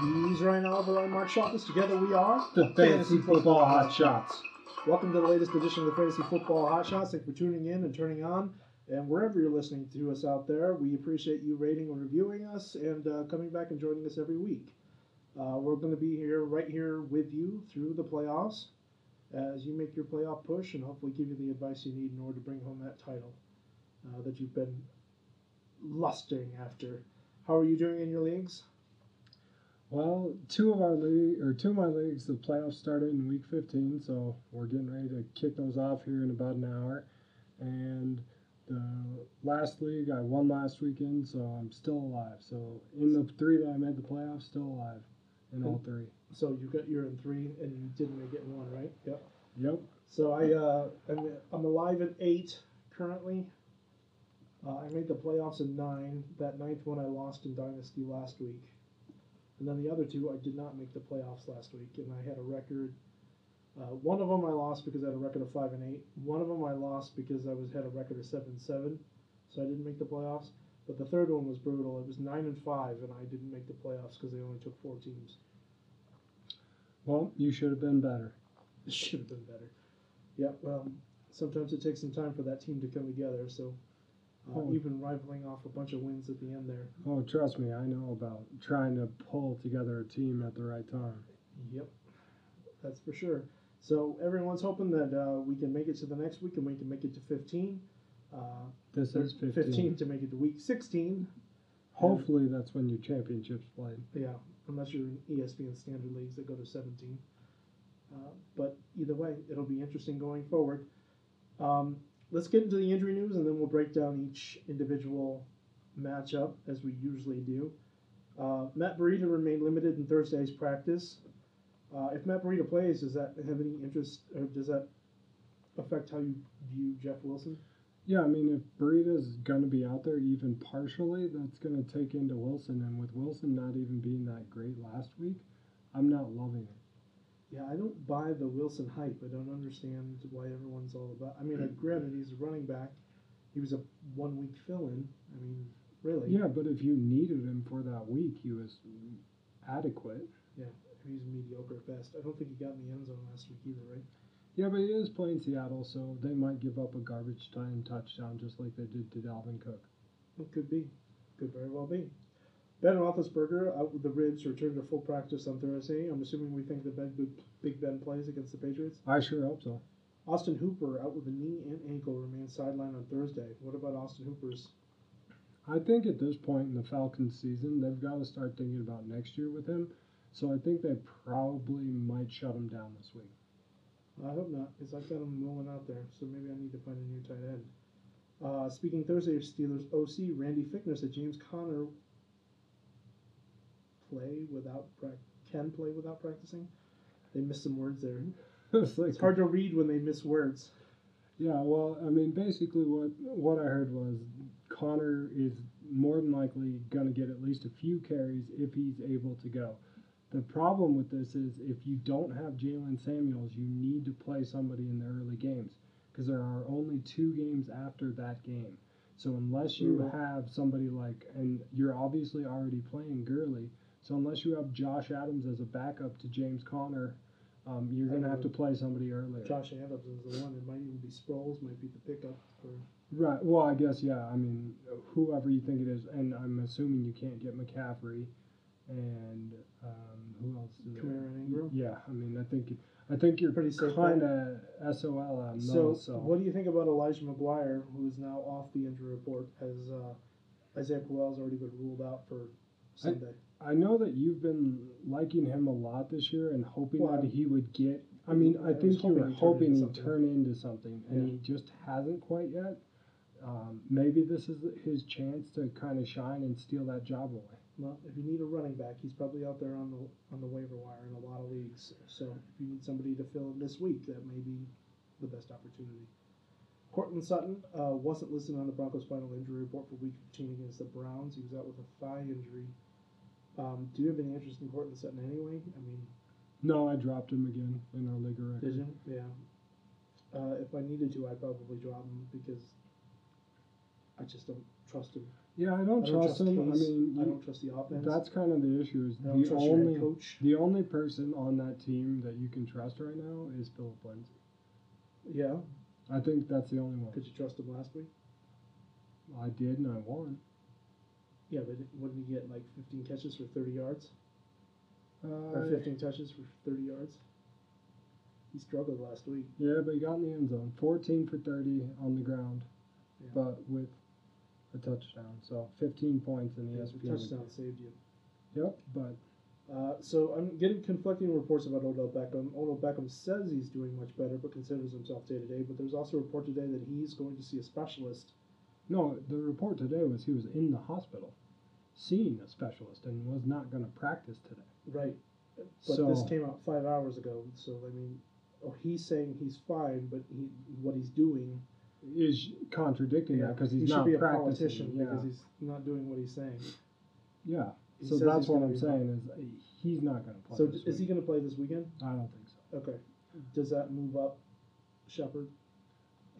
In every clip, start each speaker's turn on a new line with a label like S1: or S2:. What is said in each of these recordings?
S1: He's Ryan Oliver. I'm Mark Shottis. Together we are
S2: The fantasy football hot shots.
S1: Welcome to the latest edition of the Fantasy Football Hot Shots. Thank you for tuning in and turning on. And wherever you're listening to us out there, we appreciate you rating and reviewing us and uh, coming back and joining us every week. Uh, we're going to be here, right here with you through the playoffs as you make your playoff push and hopefully give you the advice you need in order to bring home that title uh, that you've been lusting after. How are you doing in your leagues?
S2: Well, two of our league or two of my leagues, the playoffs started in week 15, so we're getting ready to kick those off here in about an hour. And the last league I won last weekend, so I'm still alive. So in the three that I made the playoffs, still alive in all three.
S1: So you got you're in three and you didn't make it in one, right? Yep.
S2: Yep.
S1: So I uh, I'm, I'm alive at eight currently. Uh, I made the playoffs in nine. That ninth one I lost in dynasty last week, and then the other two I did not make the playoffs last week, and I had a record. Uh, one of them I lost because I had a record of five and eight. One of them I lost because I was had a record of seven and seven, so I didn't make the playoffs. But the third one was brutal. It was nine and five, and I didn't make the playoffs because they only took four teams.
S2: Well, you should have been better.
S1: It should have been better. Yeah, well, sometimes it takes some time for that team to come together. So uh,
S2: Oh.
S1: you've been rivaling off a bunch of wins at the end there.
S2: Oh, trust me, I know about trying to pull together a team at the right time.
S1: Yep, that's for sure. So everyone's hoping that uh, we can make it to the next week and we can make it to 15. Uh,
S2: This is 15.
S1: 15 to make it to week 16.
S2: Hopefully, that's when your championships played.
S1: Yeah, unless you're in E ESPN standard leagues that go to 17. Uh, but either way, it'll be interesting going forward. Um, let's get into the injury news, and then we'll break down each individual matchup as we usually do. Uh, Matt Burita remained limited in Thursday's practice. Uh, if Matt Burita plays, does that have any interest, or does that affect how you view Jeff Wilson?
S2: Yeah, I mean, if Burita's going to be out there even partially, that's going to take into Wilson. And with Wilson not even being that great last week, I'm not loving it.
S1: Yeah, I don't buy the Wilson hype. I don't understand why everyone's all about. I mean, I granted he's a running back. He was a one week fill in. I mean, really,
S2: Yeah, but if you needed him for that week, he was adequate.
S1: he's mediocre at best. I don't think he got in the end zone last week either, right?
S2: Yeah, but he is playing Seattle, so they might give up a garbage time touchdown just like they did to Dalvin Cook.
S1: It could be. Could very well be. Ben Roethlisberger out with the ribs returned to full practice on Thursday. I'm assuming we think that ben, Big Ben plays against the Patriots.
S2: I sure hope so.
S1: Austin Hooper out with a knee and ankle remains sidelined on Thursday. What about Austin Hooper's?
S2: I think at this point in the Falcons season, they've got to start thinking about next year with him. So I think they probably might shut him down this week.
S1: I hope not, because I've got him rolling out there, so maybe I need to find a new tight end. Uh, speaking Thursday of Steelers OC, Randy Fickner said James Conner play without prac- can play without practicing. They missed some words there.
S2: it's like
S1: It's hard to read when they miss words.
S2: Yeah, well, I mean, basically, what what I heard was Connor is more than likely going to get at least a few carries if he's able to go. The problem with this is if you don't have Jalen Samuels, you need to play somebody in the early games because there are only two games after that game. So unless you
S1: Mhm.
S2: have somebody like, and you're obviously already playing Gurley, so unless you have Josh Adams as a backup to James Connor, um, you're going to have to play somebody earlier.
S1: Josh Adams is the one. It might even be Sproles, might be the pickup. Or
S2: Right. Well, I guess yeah. I mean, whoever you think it is, and I'm assuming you can't get McCaffrey, and um, who else? Is there?
S1: Kamara and Ingram.
S2: Yeah. I mean, I think I think you're
S1: Pretty
S2: pretty
S1: safe
S2: kind of SOL on
S1: So,
S2: those. So
S1: what do you think about Elijah McGuire, who is now off the injury report, as uh, Isaiah Crowell's already been ruled out for Sunday?
S2: I know that you've been liking him a lot this year and hoping
S1: Well,
S2: that he would get. I mean,
S1: I
S2: I
S1: was
S2: think you
S1: hoping
S2: were
S1: he'd turn
S2: hoping
S1: into
S2: he'd
S1: something.
S2: turn into something, and he just hasn't quite yet. Um, maybe this is his chance to kind of shine and steal that job away.
S1: Well, if you need a running back, he's probably out there on the on the waiver wire in a lot of leagues. So if you need somebody to fill in this week, that may be the best opportunity. Cortland Sutton uh, wasn't listed on the Broncos' final injury report for Week 15 against the Browns. He was out with a thigh injury. Um, do you have any interest in Cortland Sutton anyway? I mean,
S2: No, I dropped him again in our league record.
S1: did you? Yeah. Uh, if I needed to, I'd probably drop him because I just don't trust him.
S2: Yeah, I
S1: I
S2: don't
S1: don't
S2: trust him. I
S1: Case.
S2: mean,
S1: I
S2: you-
S1: don't trust the offense.
S2: that's kind of the issue. Is
S1: I don't
S2: the
S1: trust your
S2: only
S1: head coach.
S2: the only person on that team that you can trust right now is Philip Lindsay.
S1: Yeah,
S2: I think that's the only one.
S1: could you trust him last week?
S2: I did, and I won.
S1: Yeah, but wouldn't he get like 15 catches for 30 yards or
S2: Uh,
S1: 15 touches for 30 yards? He struggled last week.
S2: yeah, but he got in the end zone, fourteen for thirty on the ground,
S1: Yeah.
S2: but with a touchdown, so fifteen points in the
S1: The
S2: ESPN.
S1: touchdown saved you.
S2: Yep, but
S1: Uh, so I'm getting conflicting reports about Odell Beckham. Odell Beckham says he's doing much better, but considers himself day to day. But there's also a report today that he's going to see a specialist.
S2: no, the report today was he was in the hospital, seeing a specialist, and was not going to practice today.
S1: Right. But
S2: so
S1: this came out five hours ago. So I mean, oh, he's saying he's fine, but he what he's doing.
S2: is contradicting that because he's
S1: he
S2: not
S1: should be a
S2: practicing.
S1: politician
S2: yeah,
S1: because he's not doing what he's saying.
S2: yeah.
S1: He
S2: So
S1: says
S2: that's
S1: he's
S2: what
S1: gonna
S2: I'm
S1: be-
S2: saying is uh, he's not going to play.
S1: So
S2: this
S1: is he
S2: week.
S1: going to play this weekend?
S2: I don't think so.
S1: Okay. Does that move up Shepard,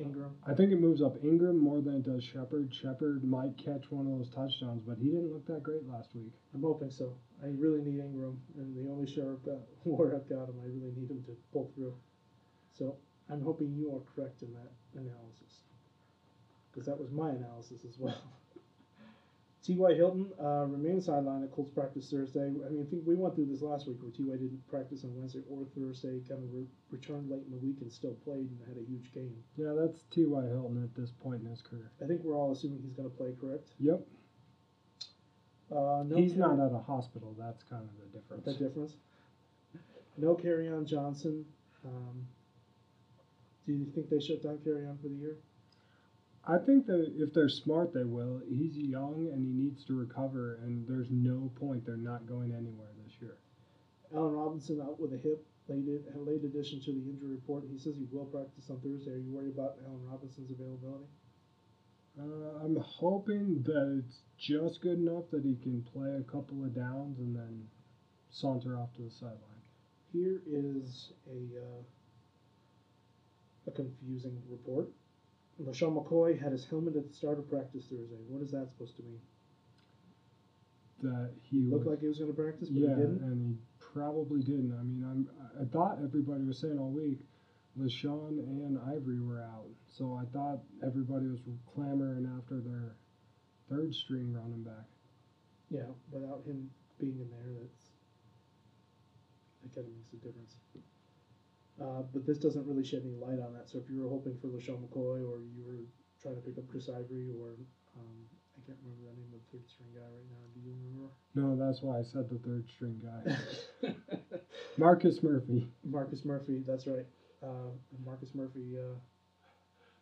S1: Ingram?
S2: I think it moves up Ingram more than it does Shepard. Shepard might catch one of those touchdowns, but he didn't look that great last week.
S1: I'm hoping so. I really need Ingram, and the only sheriff got where I've got him, I really need him to pull through. So I'm hoping you are correct in that analysis, because that was my analysis as well. T.Y. Hilton uh, remains sidelined at Colts practice Thursday. I mean, I think we went through this last week where T.Y. didn't practice on Wednesday or Thursday, kind of re- returned late in the week and still played and had a huge game.
S2: Yeah, that's T.Y. Hilton at this point in his career.
S1: I think we're all assuming he's going to play, correct?
S2: Yep,
S1: Uh, no
S2: he's
S1: carry-
S2: not at a hospital. That's kind of the difference.
S1: the difference. No carry on Johnson. Um, do you think they shut down carry on for the year?
S2: I think that if they're smart, they will. He's young and he needs to recover, and there's no point. They're not going anywhere this year.
S1: Allen Robinson out with a hip, late, a late addition to the injury report. He says he will practice on Thursday. Are you worried about Allen Robinson's availability?
S2: Uh, I'm hoping that it's just good enough that he can play a couple of downs and then saunter off to the sideline.
S1: Here is a uh, a confusing report. LaShawn McCoy had his helmet at the start of practice Thursday. What is that supposed to mean?
S2: That he
S1: It
S2: was,
S1: looked like he was going to practice, but
S2: Hmm. yeah,
S1: he didn't.
S2: and he probably didn't. I mean, I'm I thought everybody was saying all week, LaShawn and Ivory were out, so I thought everybody was clamoring after their third string running back.
S1: Yeah, without him being in there, that's that kind of makes a difference. Uh, but this doesn't really shed any light on that. So if you were hoping for LaShawn McCoy or you were trying to pick up Chris Ivory or um, I can't remember the name of the third string guy right now. Do you
S2: No, that's why I said the third string guy,
S1: remember?
S2: Marcus Murphy.
S1: Marcus Murphy. That's right. Uh, Marcus Murphy. Uh,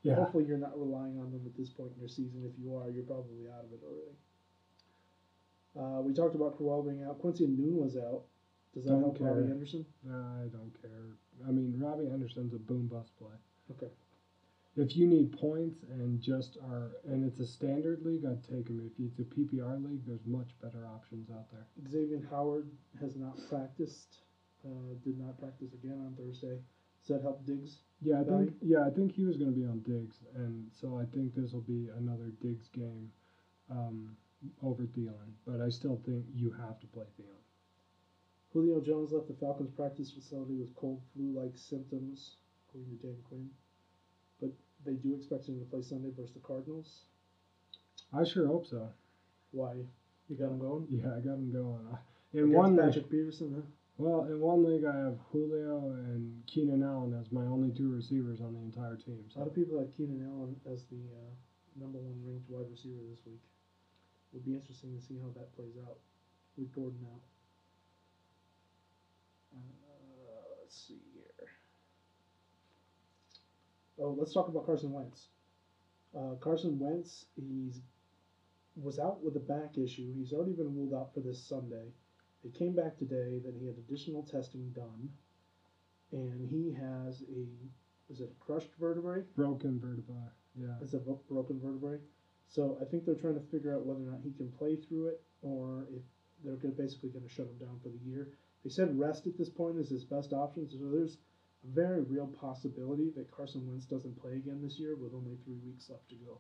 S2: Yeah,
S1: Hopefully you're not relying on them at this point in your season. If you are, you're probably out of it already. Uh, we talked about Crowell being out. Quincy Noon was out. Does that
S2: Don't
S1: help
S2: care.
S1: Robbie Anderson?
S2: I don't care. I mean, Robbie Anderson's a boom bust play.
S1: Okay.
S2: If you need points and just are, and it's a standard league, I'd take him. If it's a PPR league, there's much better options out there.
S1: Xavier Howard has not practiced. Uh, did not practice again on Thursday. Does that help Diggs?
S2: Yeah, I think.
S1: Value?
S2: Yeah, I think he was going to be on Diggs, and so I think this will be another Diggs game um, over Thielen. But I still think you have to play Thielen.
S1: Julio Jones left the Falcons practice facility with cold flu-like symptoms, according to Dan Quinn. But they do expect him to play Sunday versus the Cardinals.
S2: I sure hope so.
S1: Why? You got him going?
S2: Yeah, I got him going. I- In
S1: Against
S2: one league,
S1: Patrick Peterson, huh?
S2: well, in one league, I have Julio and Keenan Allen as my only two receivers on the entire team.
S1: A lot
S2: So
S1: of people have Keenan Allen as the uh, number one ranked wide receiver this week. Would be interesting to see how that plays out with Gordon out. Uh, let's see here. Oh, let's talk about Carson Wentz. Uh, Carson Wentz, he's was out with a back issue. He's already been ruled out for this Sunday. It came back today that he had additional testing done, and he has a is it a crushed vertebrae?
S2: broken vertebrae. Yeah.
S1: It's a bro- broken vertebrae. So I think they're trying to figure out whether or not he can play through it or if they're gonna, basically going to shut him down for the year. They said rest at this point is his best option. So there's a very real possibility that Carson Wentz doesn't play again this year with only three weeks left to go.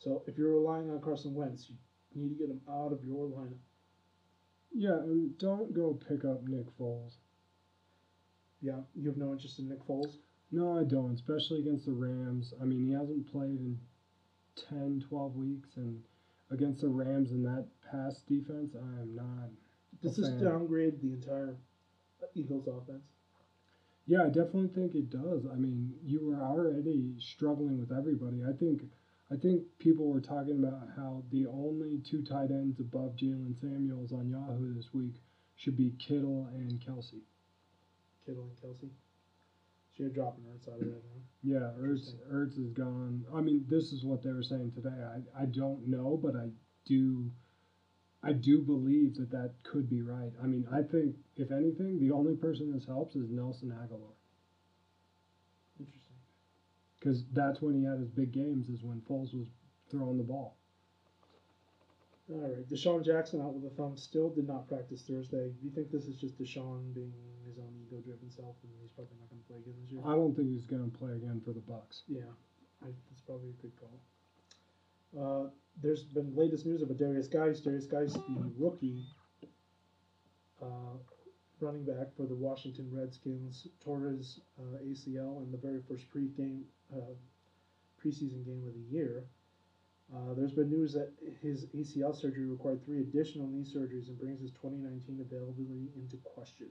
S1: So if you're relying on Carson Wentz, you need to get him out of your lineup.
S2: Yeah, and don't go pick up Nick Foles.
S1: Yeah, you have no interest in Nick Foles.
S2: No, I don't, especially against the Rams. I mean, he hasn't played in 10, 12 weeks, and against the Rams and that pass defense, I am not.
S1: Does
S2: a
S1: this
S2: fan.
S1: downgrade the entire Eagles offense?
S2: Yeah, I definitely think it does. I mean, you were already struggling with everybody. I think, I think people were talking about how the only two tight ends above Jalen Samuels on Yahoo this week should be Kittle and Kelsey.
S1: Kittle and Kelsey. So you're dropping Ertz out of there now.
S2: Yeah, Ertz,
S1: Interesting.
S2: Ertz is gone. I mean, this is what they were saying today. I, I don't know, but I do, I do believe that that could be right. I mean, I think if anything, the only person this helps is Nelson Aguilar.
S1: Interesting.
S2: because that's when he had his big games is when Foles was throwing the ball.
S1: All right. Deshaun Jackson out with a thumb. Still did not practice Thursday. Do you think this is just Deshaun being his own ego-driven self, and he's probably not going to play again this year?
S2: I don't think he's going to play again for the Bucks.
S1: Yeah, I, that's probably a good call. Uh, there's been latest news of a Darius Geis. Darius Geis, the rookie uh, running back for the Washington Redskins, tore his uh, ACL in the very first pregame, uh, preseason game of the year. Uh, there's been news that his ACL surgery required three additional knee surgeries and brings his 2019 availability into question.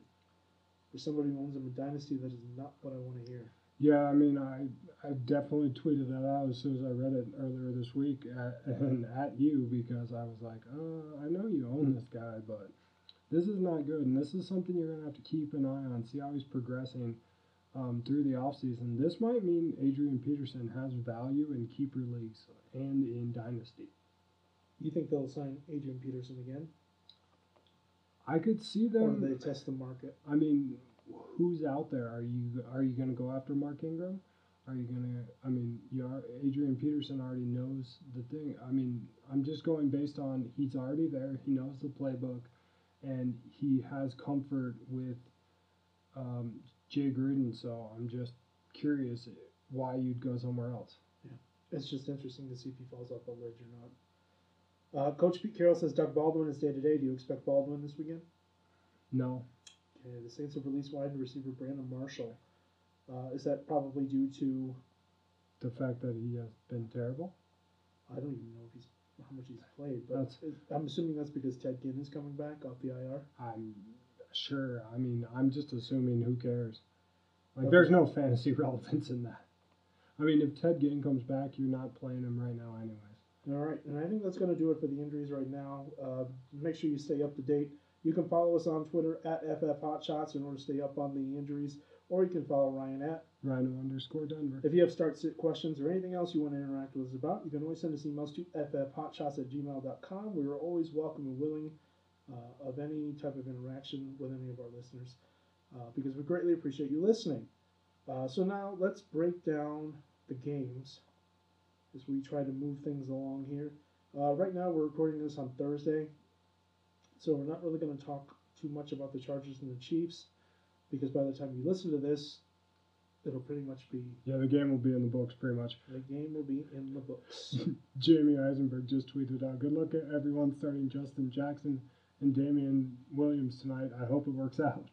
S1: For somebody who owns him in Dynasty, that is not what I want to hear.
S2: Yeah, I mean, I I definitely tweeted that out as soon as I read it earlier this week, at, and at you because I was like, uh, I know you
S1: Hmm.
S2: own this guy, but this is not good, and this is something you're going to have to keep an eye on, see how he's progressing um, through the offseason. This might mean Adrian Peterson has value in keeper leagues and in dynasty.
S1: You think they'll sign Adrian Peterson again,
S2: I could see them.
S1: or they test the market?
S2: I mean, who's out there? Are you are you going to go after Mark Ingram? Are you going to? I mean, you are, Adrian Peterson already knows the thing. I mean, I'm just going based on he's already there. He knows the playbook, and he has comfort with um, Jay Gruden. So I'm just curious why you'd go somewhere else.
S1: It's just interesting to see if he falls off a ledge or not. Uh, Coach Pete Carroll says Doug Baldwin is day to day. Do you expect Baldwin this weekend?
S2: No,
S1: Okay, the Saints have released wide receiver Brandon Marshall. Uh, is that probably due to
S2: the fact that he has been terrible.
S1: I don't even know if he's how much he's played, but
S2: That's-
S1: it- I'm assuming that's because Ted Ginn is coming back off the IR.
S2: I'm sure. I mean, I'm just assuming who cares. Like,
S1: Okay.
S2: there's no fantasy relevance in that. I mean, if Ted Ginn comes back, you're not playing him right now, anyways.
S1: All right, and I think that's going to do it for the injuries right now. Uh, make sure you stay up to date. You can follow us on Twitter at FF Hotshots in order to stay up on the injuries, or you can follow Ryan at.
S2: Rhino underscore Denver.
S1: If you have start sit questions or anything else you want to interact with us about, you can always send us emails to ffhotshots at gmail.com. We are always welcome and willing uh, of any type of interaction with any of our listeners uh, because we greatly appreciate you listening. Uh, so now let's break down the games as we try to move things along here. Uh, right now we're recording this on Thursday, so we're not really going to talk too much about the Chargers and the Chiefs because by the time you listen to this, it'll pretty much be
S2: Yeah, the game will be in the books pretty much.
S1: the game will be in the books.
S2: Jamie Eisenberg just tweeted out, "Good luck at everyone starting Justin Jackson and Damian Williams tonight. I hope it works out."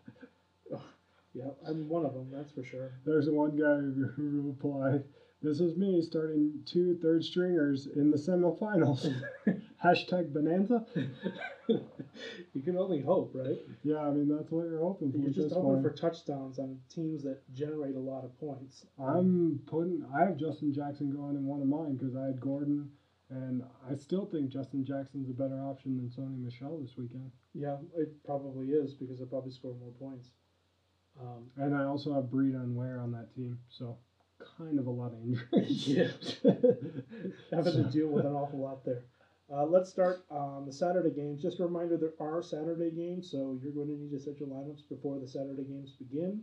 S1: yeah, I'm one of them, that's for sure.
S2: There's one guy who replied, "This is me starting two third stringers in the semifinals." Hashtag bonanza.
S1: you can only hope, right?
S2: Yeah, I mean that's what you're hoping for.
S1: You're
S2: at
S1: just
S2: this
S1: hoping
S2: point.
S1: for touchdowns on teams that generate a lot of points.
S2: I'm putting. I have Justin Jackson going in one of mine because I had Gordon, and I still think Justin Jackson's a better option than Sony Michelle this weekend.
S1: Yeah, it probably is because they probably score more points. Um,
S2: And I also have Breed on Ware on that team, so kind of a lot of injuries.
S1: Yeah. having to deal with an awful lot there. Uh, let's start on the Saturday games. Just a reminder, there are Saturday games, so you're going to need to set your lineups before the Saturday games begin.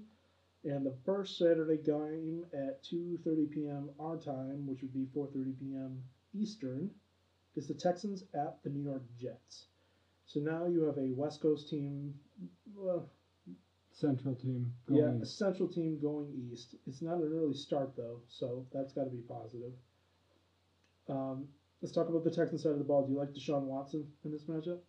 S1: And the first Saturday game at 2:30 p.m. our time, which would be 4:30 p.m. Eastern, is the Texans at the New York Jets. So now you have a West Coast team, well,
S2: Central team.
S1: yeah,
S2: Going
S1: a central team going east. It's not an early start though, so that's got to be positive. Um, Let's talk about the Texan side of the ball. Do you like Deshaun Watson in this matchup?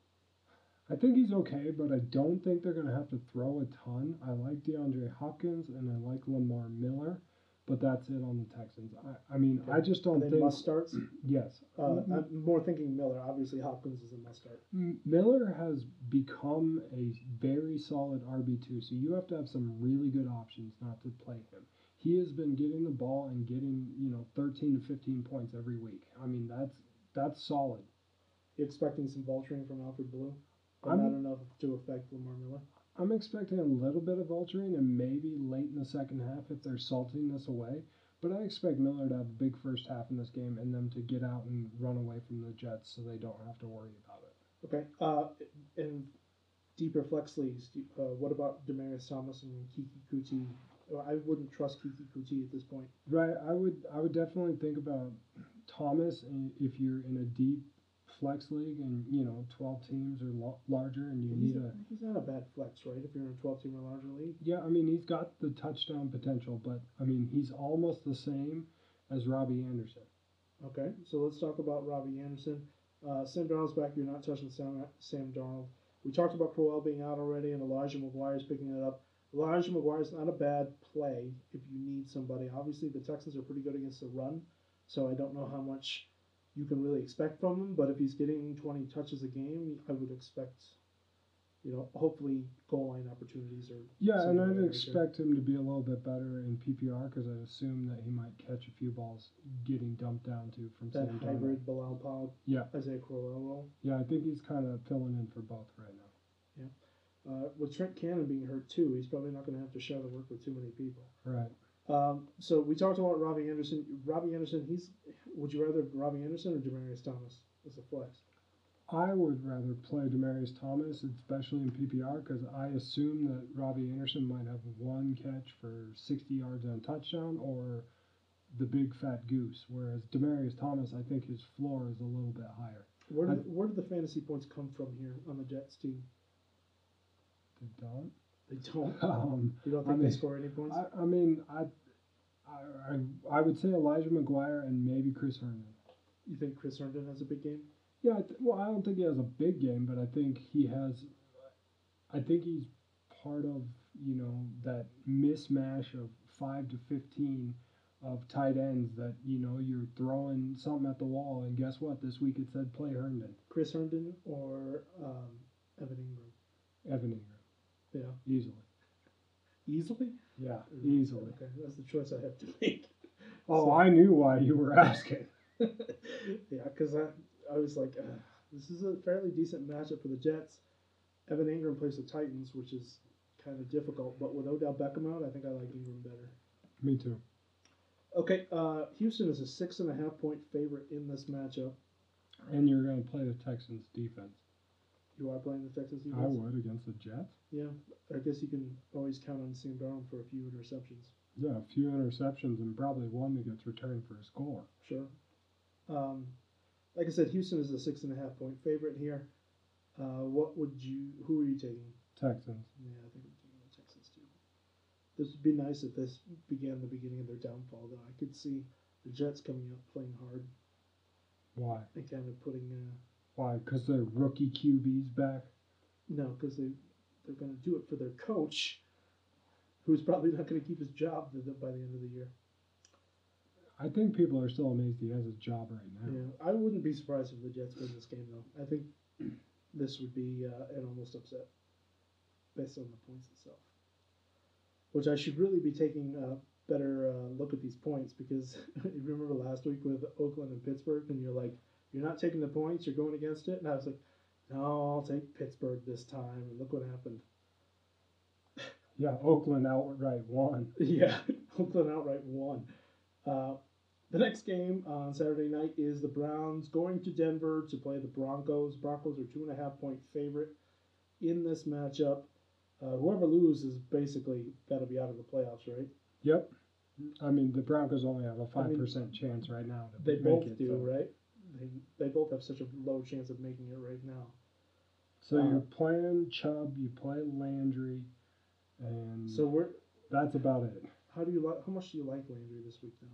S2: I think he's okay, but I don't think they're going to have to throw a ton. I like DeAndre Hopkins and I like Lamar Miller, but that's it on the Texans. I, I mean, I just
S1: And
S2: don't
S1: then
S2: think.
S1: must starts.
S2: Yes.
S1: Uh, I'm more thinking Miller. Obviously, Hopkins is a must start.
S2: M- Miller has become a very solid RB2, so you have to have some really good options not to play him. He has been getting the ball and getting, you know, 13 to 15 points every week. I mean, that's that's solid.
S1: You're expecting some vulturing from Alfred Blue, but
S2: I'm-
S1: not enough to affect Lamar Miller.
S2: I'm expecting a little bit of vulturing and maybe late in the second half if they're salting this away, but I expect Miller to have a big first half in this game and them to get out and run away from the Jets so they don't have to worry about it.
S1: Okay. Uh, and deeper flex leagues. do- Uh, what about Demarius Thomas and Kiki Kuti? Well, I wouldn't trust Kiki Kuti at this point.
S2: Right. I would. I would definitely think about Thomas and if you're in a deep flex league and you know twelve teams or lo- larger, and you
S1: He's,
S2: need a.
S1: he's not a bad flex, right? If you're in a 12 team or larger league.
S2: Yeah, I mean he's got the touchdown potential, but I mean he's almost the same as Robbie Anderson.
S1: Okay, so let's talk about Robbie Anderson. Uh, Sam Darnold's back. You're not touching Sam, Sam Darnold. We talked about Crowell being out already, and Elijah McGuire's picking it up. Elijah McGuire's not a bad play if you need somebody. Obviously, the Texans are pretty good against the run, so I don't know how much you can really expect from him. But if he's getting 20 touches a game, I would expect, you know, hopefully goal line opportunities or
S2: Yeah,
S1: something
S2: and
S1: like that.
S2: I'd expect him to be a little bit better in PPR because I assume that he might catch a few balls getting dumped down to from
S1: that
S2: Sam Darnold.
S1: hybrid Bilal Powell,
S2: Yeah.
S1: Isaiah Crowell role.
S2: Yeah, I think he's kind of filling in for both right now.
S1: Uh, with Trent Cannon being hurt too, he's probably not going to have to share the work with too many people.
S2: Right.
S1: Um, so we talked about Robbie Anderson. Robbie Anderson, he's. Would you rather Robbie Anderson or Demarius Thomas as a flex?
S2: I would rather play Demarius Thomas, especially in PPR, because I assume that Robbie Anderson might have one catch for 60 yards and a touchdown or the big fat goose. Whereas Demarius Thomas, I think his floor is a little bit higher.
S1: Where
S2: I-
S1: did, where did the fantasy points come from here on the Jets team?
S2: They don't.
S1: They don't.
S2: Um,
S1: You don't
S2: I
S1: think they
S2: mean,
S1: score any points?
S2: I, I mean, I, I, I, I would say Elijah McGuire and maybe Chris Herndon.
S1: you think Chris Herndon has a big game?
S2: Yeah, I th- well, I don't think he has a big game, but I think he has. I think he's part of you know that mismatch of five to fifteen of tight ends that you know you're throwing something at the wall, and guess what? This week it said play Herndon,
S1: Chris Herndon or um, Evan Ingram?
S2: Evan Ingram,
S1: Yeah,
S2: easily.
S1: easily.
S2: Yeah, easily.
S1: Okay, that's the choice I have to make.
S2: Oh, I knew why you were asking.
S1: yeah, because I, I was like, uh, this is a fairly decent matchup for the Jets. Evan Ingram plays the Titans, which is kind of difficult, but with Odell Beckham out, I think I like Ingram better.
S2: Me too.
S1: Okay, uh, Houston is a six and a half point favorite in this matchup.
S2: And you're going to play the Texans defense.
S1: You are playing the Texans
S2: I
S1: defense.
S2: would against the Jets.
S1: Yeah, I guess you can always count on Sam Darnold for a few interceptions.
S2: Yeah, a few interceptions and probably one that gets returned for a score.
S1: Sure. Um, like I said, Houston is a six and a half point favorite here. Uh, what would you? Who are you taking?
S2: Texans.
S1: Yeah, I think we're taking the Texans too. This would be nice if this began the beginning of their downfall, though. I could see the Jets coming out playing hard
S2: Why?
S1: and kind of putting. Uh,
S2: Why? Because their rookie QB's back.
S1: no, because they they're going to do it for their coach, who's probably not going to keep his job th- by the end of the year.
S2: I think people are still amazed he has a job right now.
S1: Yeah, I wouldn't be surprised if the Jets win this game though. I think this would be uh, an almost upset based on the points itself. Which I should really be taking a better uh, look at these points because you remember last week with Oakland and Pittsburgh, and you're like, you're not taking the points, you're going against it, and I was like, no, I'll take Pittsburgh this time, and look what happened.
S2: Yeah, Oakland outright won.
S1: Yeah, Oakland outright won. Uh, the next game on Saturday night is the Browns going to Denver to play the Broncos. Broncos are two and a half point favorite in this matchup. Uh, whoever loses is basically got to be out of the playoffs, right?
S2: Yep. I mean, the Broncos only have a
S1: I
S2: five
S1: mean,
S2: percent chance right now to
S1: They
S2: make
S1: both
S2: it.
S1: do,
S2: so.
S1: right? They, they both have such a low chance of making it right now.
S2: So
S1: Uh,
S2: you're playing Chubb, you play Landry, and
S1: So we're
S2: that's about it.
S1: how do you like? How much do you like Landry this week now?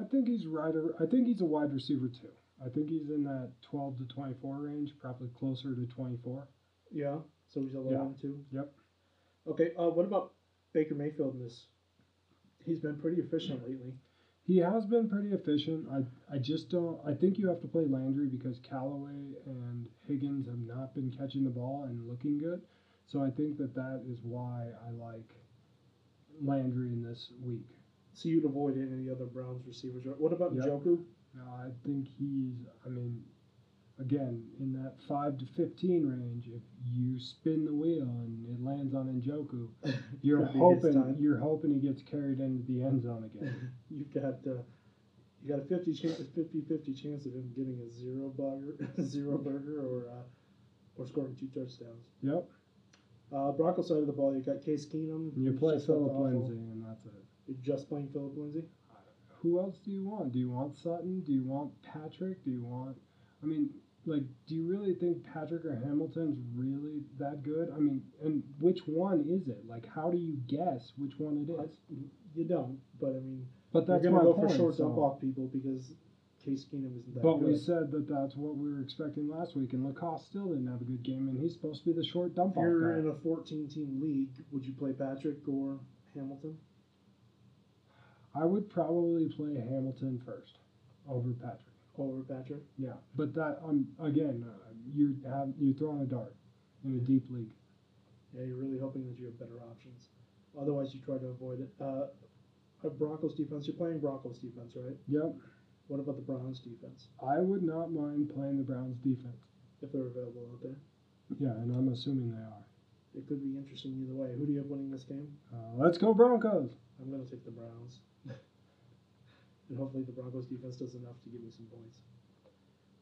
S2: I think he's right. ar- I think he's a wide receiver too. I think he's in that 12 to 24 range, probably closer to 24.
S1: Yeah. So he's 11
S2: Yeah.
S1: too.
S2: Yep.
S1: Okay. Uh, what about Baker Mayfield in this? He's been pretty efficient lately.
S2: He has been pretty efficient. I, I just don't. I think you have to play Landry because Callaway and Higgins have not been catching the ball and looking good. So I think that that is why I like Landry in this week.
S1: So you'd avoid any of the other Browns receivers. right? What about
S2: Yeah.
S1: Njoku?
S2: No, I think he's. I mean, again, in that five to fifteen range. If you spin the wheel and it lands on Njoku, you're
S1: Could be his
S2: hoping
S1: time.
S2: you're hoping he gets carried into the end zone again.
S1: You've got uh, you got a 50 chance, 50-50 chance of him getting a zero burger, zero burger, or uh, or scoring two touchdowns.
S2: yep.
S1: Uh, Bronco side of the ball, you got Case Keenum.
S2: You
S1: who's
S2: play
S1: just looked
S2: Philip
S1: awful.
S2: Lindsay, and that's it.
S1: You're just playing Philip Lindsay.
S2: Who else do you want? Do you want Sutton? Do you want Patrick? Do you want? I mean, like, do you really think Patrick or Hamilton's really that good? I mean, and which one is it? Like, how do you guess which one it is?
S1: You don't, but I mean,
S2: But that's
S1: you're
S2: my
S1: gonna go
S2: point.
S1: for short
S2: so-
S1: dump off people because Case Keenum isn't that
S2: But we
S1: good.
S2: said that that's what we were expecting last week, and Lacoste still didn't have a good game, and he's supposed to be the short dump
S1: If
S2: off
S1: you're
S2: guy.
S1: in a 14 team league, would you play Patrick or Hamilton?
S2: I would probably play Hamilton first over Patrick.
S1: Over Patrick?
S2: Yeah, but that um, again, uh, you're have, you're throwing a dart in a deep league.
S1: Yeah, you're really hoping that you have better options. Otherwise, you try to avoid it. Uh, uh, Broncos defense, you're playing Broncos defense, right?
S2: Yep,
S1: What about the Browns defense,
S2: I would not mind playing the Browns defense.
S1: if they're available out there?
S2: Yeah, and I'm assuming they are.
S1: It could be interesting either way. Who do you have winning this game?
S2: Uh, let's go Broncos.
S1: I'm going to take the Browns. and hopefully the Broncos defense does enough to give me some points.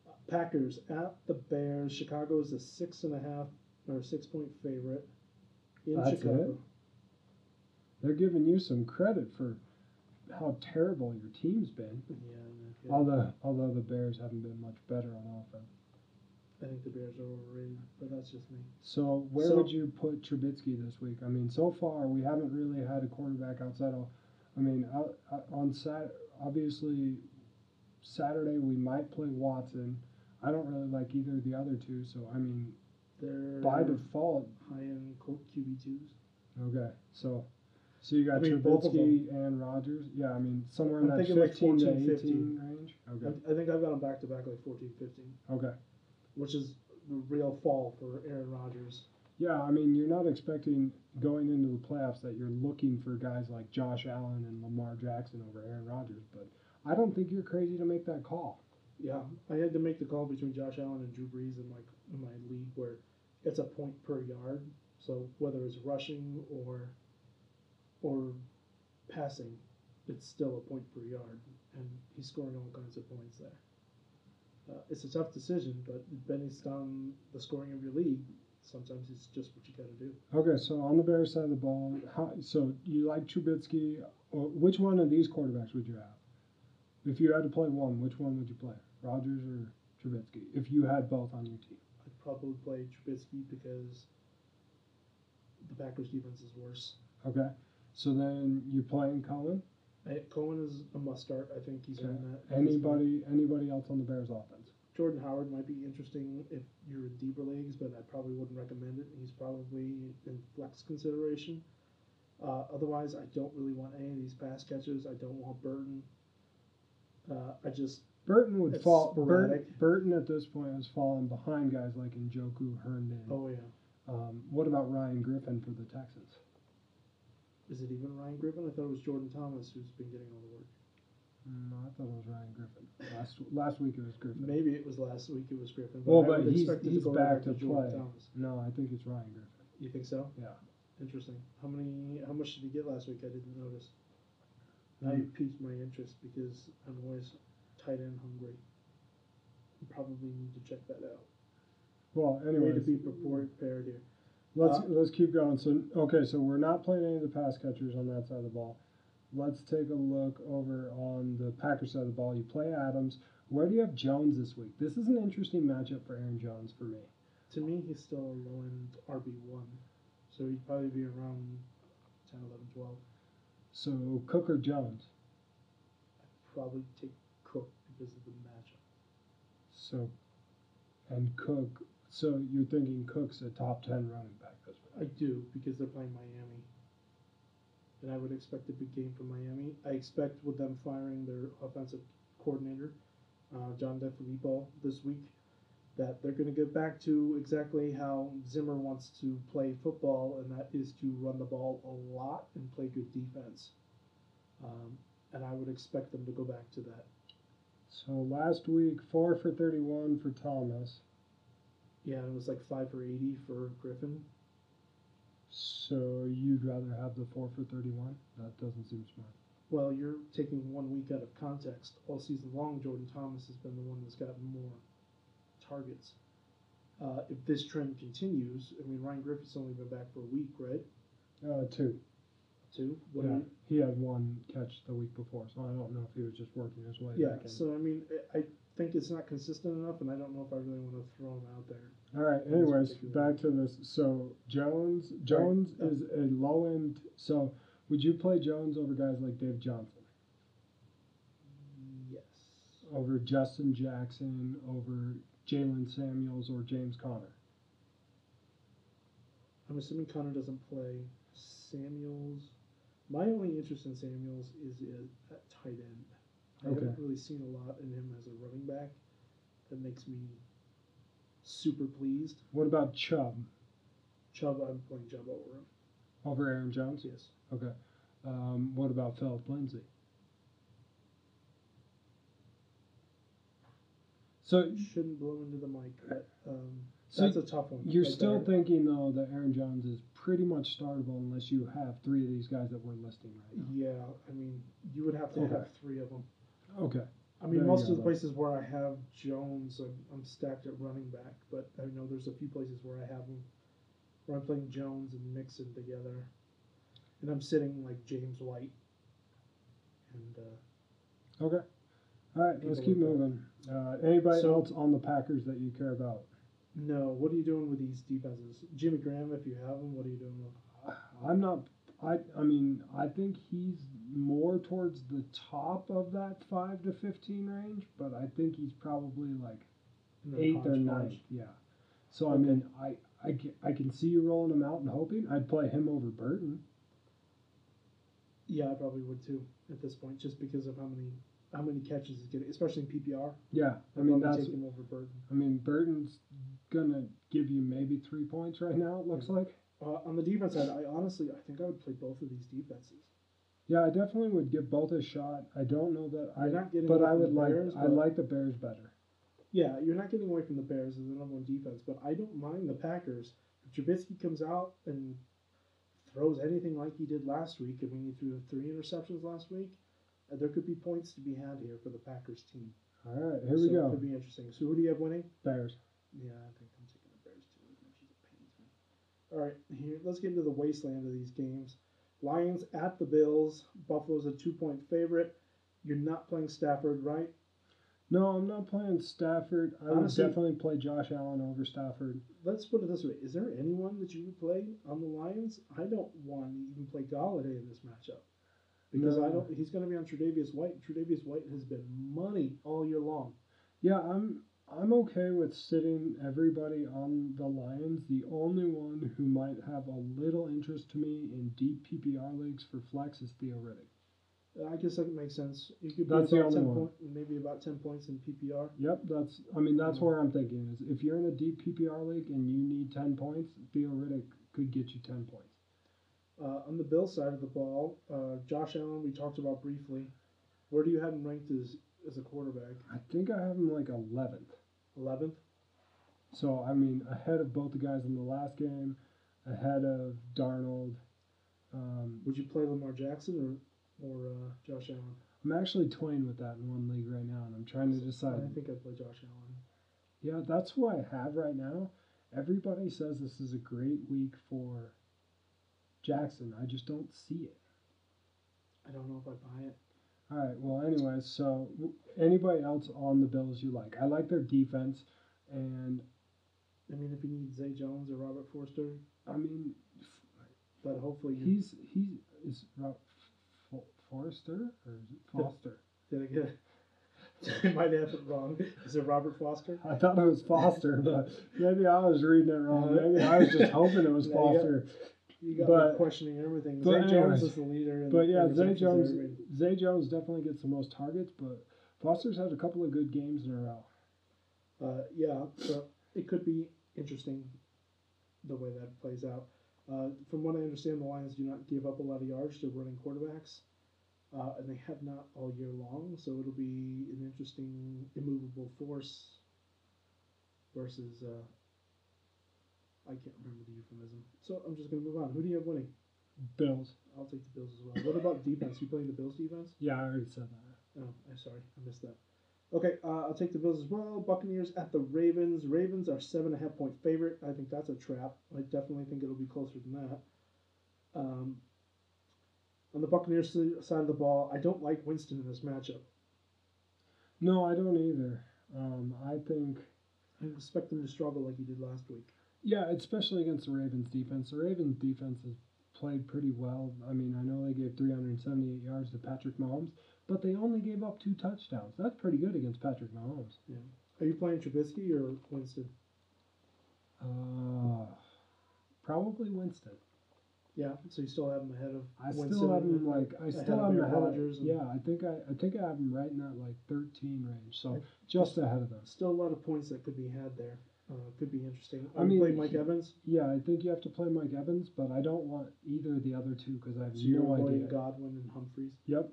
S1: Uh, Packers at the Bears. Chicago is a six and a half or six point favorite in
S2: That's
S1: Chicago.
S2: They're giving you some credit for how terrible your team's been.
S1: Yeah, I'm not kidding.
S2: Although although the Bears haven't been much better on offense.
S1: I think the Bears are overrated, but that's just me.
S2: So where
S1: So-
S2: would you put Trubisky this week? I mean, so far we haven't really had a quarterback outside of. I mean, out, out- on Sat obviously Saturday we might play Watson. I don't really like either of the other two, so I mean
S1: They're
S2: by default,
S1: high end QB twos.
S2: okay. So so you got
S1: I mean, both of
S2: Trubisky and Rogers. Yeah, I mean somewhere in
S1: I'm
S2: that
S1: thinking like
S2: fifteen
S1: 14,
S2: to
S1: 15.
S2: eighteen range. Okay,
S1: I, I think I've got them back to back like 14, 15,
S2: okay.
S1: which is the real fall for Aaron Rodgers.
S2: Yeah, I mean you're not expecting going into the playoffs that you're looking for guys like Josh Allen and Lamar Jackson over Aaron Rodgers, but I don't think you're crazy to make that call.
S1: Yeah, I had to make the call between Josh Allen and Drew Brees in my in my league where it's a point per yard. So whether it's rushing or or passing, it's still a point per yard, and he's scoring all kinds of points there. Uh, it's a tough decision, but based on the scoring of your league, sometimes it's just what you got to do.
S2: Okay, so on the Bears side of the ball, how, so you like Trubisky? Or which one of these quarterbacks would you have? If you had to play one, which one would you play, Rodgers or Trubisky? If you had both on your team,
S1: I'd probably play Trubisky because the Packers defense is worse.
S2: okay. So then you're playing Colin.
S1: I, Cohen is a must start. I think he's in
S2: Okay.
S1: that. at this point.
S2: Anybody, anybody else on the Bears offense?
S1: Jordan Howard might be interesting if you're in deeper leagues, but I probably wouldn't recommend it. He's probably in flex consideration. Uh, otherwise, I don't really want any of these pass catchers. I don't want Burton. Uh, I just
S2: Burton would
S1: It's
S2: fall. Burton,
S1: sporadic.
S2: Burton at this point has fallen behind guys like Njoku, Herndon.
S1: oh yeah,
S2: Um, what about Ryan Griffin for the Texans?
S1: is it even Ryan Griffin? I thought it was Jordan Thomas who's been getting all the work.
S2: No, Mm, I thought it was Ryan Griffin. Last last week it was Griffin.
S1: Maybe it was last week. It was Griffin.
S2: Well,
S1: I
S2: but
S1: would
S2: he's-
S1: expect it
S2: he's
S1: go right
S2: back to
S1: Jordan
S2: play.
S1: Thomas.
S2: No, I think it's Ryan Griffin.
S1: You think so?
S2: Yeah.
S1: Interesting. How many? How much did he get last week? I didn't notice. Now you piqued my interest because I'm always tight end hungry. You Probably need to check that out.
S2: Well,
S1: Way to
S2: anyways,
S1: be prepared here.
S2: let's let's keep going. So okay, so we're not playing any of the pass catchers on that side of the ball. Let's take a look over on the Packers side of the ball. You play Adams. Where do you have Jones this week? This is an interesting matchup for Aaron Jones for me.
S1: To me, he's still a low end RB one, so he'd probably be around 10, 11, 12.
S2: So Cook or Jones?
S1: I'd probably take Cook because of the matchup.
S2: So, and Cook. So you're thinking Cook's a top ten running back this week?
S1: I do because they're playing Miami, and I would expect a big game from Miami. I expect with them firing their offensive coordinator, uh, John DeFilippo, this week, that they're going to get back to exactly how Zimmer wants to play football, and that is to run the ball a lot and play good defense. Um, and I would expect them to go back to that.
S2: So last week, four for thirty-one for Thomas.
S1: Yeah, it was like five for eighty for Griffin.
S2: So you'd rather have the four for thirty-one? That doesn't seem smart.
S1: Well, you're taking one week out of context. All season long, Jordan Thomas has been the one that's gotten more targets. Uh, if this trend continues, I mean, Ryan Griffith's only been back for a week, right?
S2: Uh, two.
S1: Two? What do
S2: Yeah,
S1: you-
S2: he had one catch the week before, so I don't know if he was just working his way
S1: yeah
S2: back in.
S1: so I mean, I I think it's not consistent enough, and I don't know if I really want to throw him out there.
S2: All right.
S1: That's
S2: Anyways,
S1: particular.
S2: back to this. So Jones, Jones
S1: Right.
S2: is a low end. So would you play Jones over guys like Dave Johnson,
S1: Yes.
S2: over Justin Jackson, over Jalen Samuels, or James Conner?
S1: I'm assuming Connor doesn't play Samuels. My only interest in Samuels is i- at tight end. I haven't
S2: Okay.
S1: really seen a lot in him as a running back. That makes me super pleased.
S2: What about Chubb
S1: Chubb, I'm playing Chubb over him.
S2: over Aaron Jones?
S1: Yes.
S2: Okay. Um, what about Philip Lindsay? So,
S1: Shouldn't blow into the mic, but um,
S2: so
S1: that's a tough one.
S2: You're
S1: right
S2: still
S1: there.
S2: thinking though that Aaron Jones is pretty much startable unless you have three of these guys that we're listing right now.
S1: Yeah, I mean, you would have to
S2: Okay.
S1: have three of them.
S2: Okay.
S1: I mean,
S2: There you
S1: most of
S2: go,
S1: the
S2: though.
S1: places where I have Jones, I'm, I'm stacked at running back, but I know there's a few places where I have him, where I'm playing Jones and Mixon together, and I'm sitting like James White. And uh,
S2: Okay. All right. Let's
S1: People
S2: keep
S1: like that.
S2: moving. Uh, anybody
S1: So-
S2: else on the Packers that you care about?
S1: no, what are you doing with these defenses? Jimmy Graham, if you have him, what are you doing with?
S2: I'm not. I. I mean, I think he's more towards the top of that five to fifteen range, but I think he's probably like
S1: and then
S2: eighth or
S1: Hodgepodge?
S2: ninth. Yeah. So I
S1: Okay.
S2: mean, I. I can, I can see you rolling him out and hoping. I'd play him over Burton.
S1: Yeah, I probably would too at this point, just because of how many how many catches he's getting, especially in PPR.
S2: Yeah, I
S1: I'd
S2: mean
S1: probably
S2: that's
S1: take him over Burton.
S2: I mean, Burton's gonna give you maybe three points right now. It looks like.
S1: Uh, on the defense side, I honestly I think I would play both of these defenses.
S2: Yeah, I definitely would give both a shot. I don't know that I,
S1: You're not getting
S2: but
S1: away
S2: I
S1: from
S2: would
S1: the
S2: like
S1: Bears,
S2: I
S1: but-
S2: like the Bears better.
S1: Yeah, you're not getting away from the Bears as the number one defense, but I don't mind the Packers. If Trubisky comes out and throws anything like he did last week, I mean, he threw three interceptions last week, uh, there could be points to be had here for the Packers team.
S2: All right, here we
S1: So It
S2: go.
S1: could be interesting. So, who do you have winning?
S2: Bears.
S1: Yeah, I think I'm taking the Bears too, as much as it pains me. All right, here, let's get into the wasteland of these games. Lions at the Bills. Buffalo's a two point favorite. You're not playing Stafford, right?
S2: No, I'm not playing Stafford. I would
S1: Honestly-
S2: definitely play Josh Allen over Stafford.
S1: Let's put it this way: Is there anyone that you would play on the Lions? I don't want to even play Galladay in this matchup because I
S2: No.
S1: don't. He's going to be on Tre'Davious White. Tre'Davious White has been money all year long.
S2: Yeah, I'm I'm okay with sitting everybody on the Lions. The only one who might have a little interest to me in deep PPR leagues for flex is Theo Riddick.
S1: Uh, I guess that makes sense. You could
S2: That's
S1: be
S2: the
S1: about
S2: only
S1: ten
S2: one.
S1: point, maybe about ten points in PPR.
S2: Yep, that's. I mean, that's
S1: Mhm.
S2: where I'm thinking is if you're in a deep PPR league and you need ten points, Theo Riddick could get you ten points.
S1: Uh, on the Bill side of the ball, uh, Josh Allen we talked about briefly. Where do you have him ranked as as a quarterback?
S2: I think I have him like eleventh.
S1: Eleventh.
S2: So I mean, ahead of both the guys in the last game, ahead of Darnold. Um,
S1: Would you play Lamar Jackson or or uh, Josh Allen?
S2: I'm actually toying with that in one league right now, and I'm trying to decide.
S1: I think I'd play Josh Allen.
S2: Yeah, that's who I have right now. Everybody says this is a great week for Jackson. I just don't see it.
S1: I don't know if I buy it.
S2: All right. Well, anyway, so w- anybody else on the Bills you like? I like their defense, and
S1: I mean, if you need Zay Jones or Robert Forster,
S2: I mean, f-
S1: but hopefully you
S2: he's he's is Rob Forster or is it Foster?
S1: did I get I might have it wrong. Is it Robert Foster?
S2: I thought it was Foster, but maybe I was reading it wrong. Maybe I was just hoping it was
S1: Yeah, you got-
S2: Foster.
S1: You got
S2: But-
S1: me questioning everything. Zay
S2: but
S1: Jones
S2: anyways.
S1: is the leader. And
S2: But yeah,
S1: and
S2: Zay
S1: Zeke is
S2: Jones,
S1: everybody.
S2: Zay Jones definitely gets the most targets, but Foster's had a couple of good games in a row.
S1: Uh, yeah, so it could be interesting the way that plays out. Uh, from what I understand, the Lions do not give up a lot of yards to running quarterbacks, uh, and they have not all year long. So it'll be an interesting immovable force versus. Uh, I can't remember the euphemism, so I'm just going to move on. Who do you have winning?
S2: Bills.
S1: I'll take the Bills as well. What about defense? You playing the Bills defense?
S2: Yeah, I already said that.
S1: Oh, I'm sorry, I missed that. Okay, uh, I'll take the Bills as well. Buccaneers at the Ravens. Ravens are seven and a half point favorite. I think that's a trap. I definitely think it'll be closer than that. Um, on the Buccaneers si- side of the ball, I don't like Winston in this matchup.
S2: No, I don't either. Um, I think,
S1: I expect him to struggle like he did last week.
S2: yeah, especially against the Ravens defense. The Ravens defense has played pretty well. I mean, I know they gave 378 yards to Patrick Mahomes, but they only gave up two touchdowns. That's pretty good against Patrick Mahomes.
S1: Are you playing Trubisky or Winston?
S2: Uh, probably Winston.
S1: Yeah, so you still have him ahead of
S2: I
S1: Winston.
S2: still have him like I
S1: ahead
S2: still
S1: of
S2: have him
S1: Aaron
S2: ahead. Of,
S1: Rodgers and-
S2: yeah, I think I, I think I have him right in that like thirteen range, so just ahead of us.
S1: Still a lot of points that could be had there. Uh, could be interesting.
S2: I
S1: I mean,
S2: mean,
S1: play Mike
S2: he-
S1: Evans.
S2: Yeah, I think you have to play Mike Evans, but I don't want either of the other two because I have
S1: So you're
S2: no
S1: avoiding
S2: idea.
S1: Godwin and Humphreys.
S2: Yep,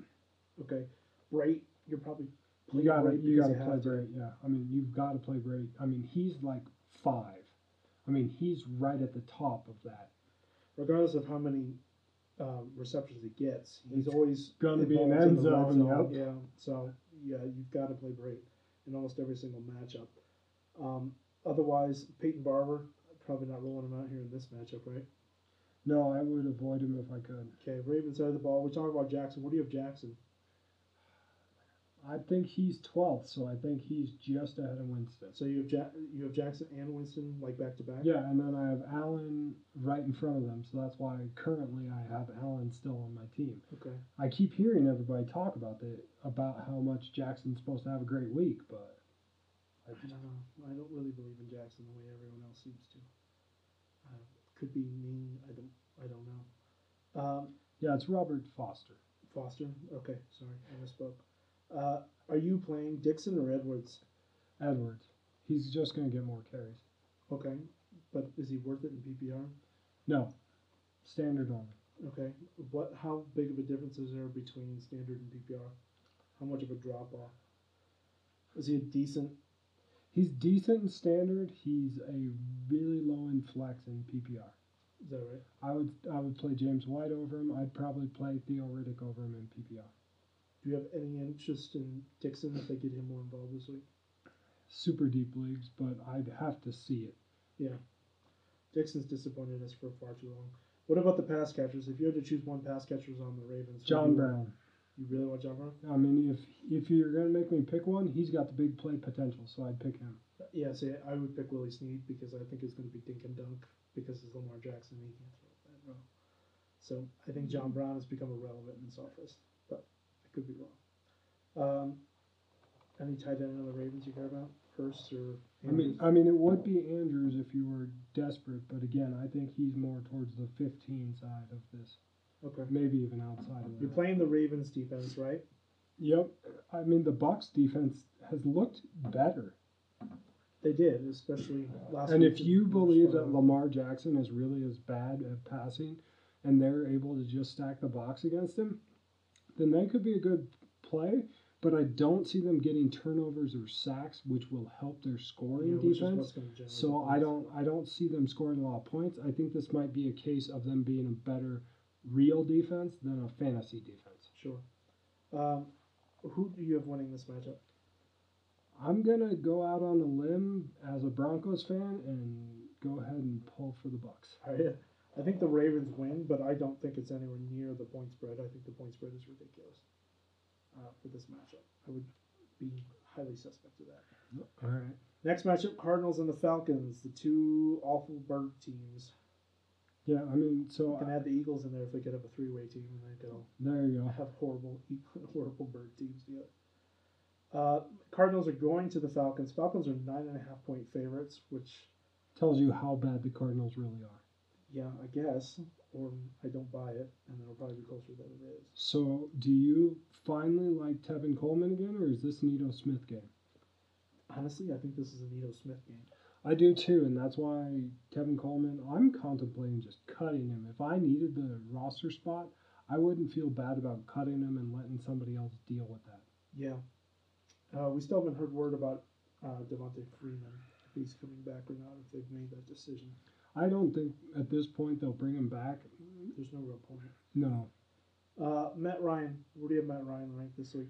S1: Okay, Bright, you're probably
S2: you
S1: playing
S2: got to
S1: Bright
S2: you got
S1: because
S2: to
S1: you
S2: play
S1: have to.
S2: great. Yeah, I mean you've got to play great. I mean he's like five. I mean he's right at the top of that.
S1: regardless of how many um, receptions he gets, he's
S2: It's
S1: always
S2: gonna be
S1: involved
S2: an
S1: in
S2: end
S1: the red
S2: zone, yep.
S1: Yeah, so yeah, you've got to play Bright in almost every single matchup. Um, otherwise, Peyton Barber probably not rolling him out here in this matchup, right?
S2: No, I would avoid him if I could.
S1: Okay, Ravens side of the ball. We talked about Jackson. What do you have, Jackson?
S2: I think he's twelfth, so I think he's just ahead of Winston.
S1: So you have ja- you have Jackson and Winston like back to back.
S2: Yeah, and then I have Allen right in front of them, so that's why currently I have Allen still on my team.
S1: Okay.
S2: I keep hearing everybody talk about the about how much Jackson's supposed to have a great week, but I
S1: I
S2: just-
S1: don't know. I don't really believe in Jackson the way everyone else seems to. Uh, could be mean. I don't. I don't know. Um,
S2: yeah, it's Robert Foster.
S1: Foster. Okay, sorry, I misspoke. Uh, are you playing Dixon or Edwards?
S2: Edwards. He's just gonna get more carries.
S1: Okay, but is he worth it in PPR?
S2: No. Standard only.
S1: Okay, what? How big of a difference is there between standard and PPR? How much of a drop off? Is he a decent?
S2: He's decent in standard, he's a really low in flex in PPR.
S1: Is that right?
S2: I would I would play James White over him. I'd probably play Theo Riddick over him in PPR.
S1: Do you have any interest in Dixon if they get him more involved this week?
S2: Super deep leagues, but I'd have to see it.
S1: Dixon's disappointed us for far too long. What about the pass catchers? If you had to choose one pass catcher on the Ravens, who do
S2: John
S1: you-
S2: Brown.
S1: You really want John Brown?
S2: I mean, if if you're gonna make me pick one, he's got the big play potential, so I'd pick him.
S1: Yeah, see, I would pick Willie Snead because I think it's going to be dink and dunk because it's Lamar Jackson and he can't throw it that well. So I think John Brown has become irrelevant in this office, but I could be wrong. Um, any tight end on the Ravens you care about? Hurst or
S2: I mean, I mean, it would be Andrews if you were desperate, but again, I think he's more towards the 15 side of this,
S1: okay.
S2: maybe even outside of
S1: You're
S2: that.
S1: playing the Ravens defense, right?
S2: Yep. I mean, the Bucks defense has looked better,
S1: They did, especially last.
S2: and
S1: week
S2: if
S1: in-
S2: you
S1: in
S2: believe that
S1: Chicago.
S2: Lamar Jackson is really as bad at passing, and they're able to just stack the box against him, then that could be a good play. But I don't see them getting turnovers or sacks, which will help their
S1: Yeah,
S2: scoring
S1: which is
S2: defense.
S1: what's gonna generate
S2: So
S1: the
S2: I
S1: points.
S2: don't I don't see them scoring a lot of points. I think this might be a case of them being a better real defense than a fantasy defense.
S1: Sure. Um, who do you have winning this matchup?
S2: I'm gonna go out on a limb as a Broncos fan and go ahead and pull for the Bucks.
S1: I, I think the Ravens win, but I don't think it's anywhere near the point spread. I think the point spread is ridiculous uh, for this matchup. I would be highly suspect of that.
S2: All right.
S1: Next matchup: Cardinals and the Falcons, the two awful bird teams.
S2: Yeah, I mean, so
S1: You can add the Eagles in there if they could have a three-way team, and they don't
S2: there you go.
S1: have horrible, horrible bird teams. Yeah. Uh, Cardinals are going to the Falcons. Falcons are nine and a half point favorites, which
S2: Tells you how bad the Cardinals really are.
S1: yeah, I guess, or I don't buy it, and it'll probably be closer than it is.
S2: So, do you finally like Tevin Coleman again, or is this an Edo Smith game?
S1: Honestly, I think this is an Edo Smith game.
S2: I do too, and that's why Tevin Coleman, I'm contemplating just cutting him. If I needed the roster spot, I wouldn't feel bad about cutting him and letting somebody else deal with that.
S1: Yeah. Uh, we still haven't heard word about uh, Devontae Freeman, if he's coming back or not, if they've made that decision.
S2: I don't think at this point they'll bring him back.
S1: There's no real point.
S2: No.
S1: Uh, Matt Ryan. Where do you have Matt Ryan ranked this week?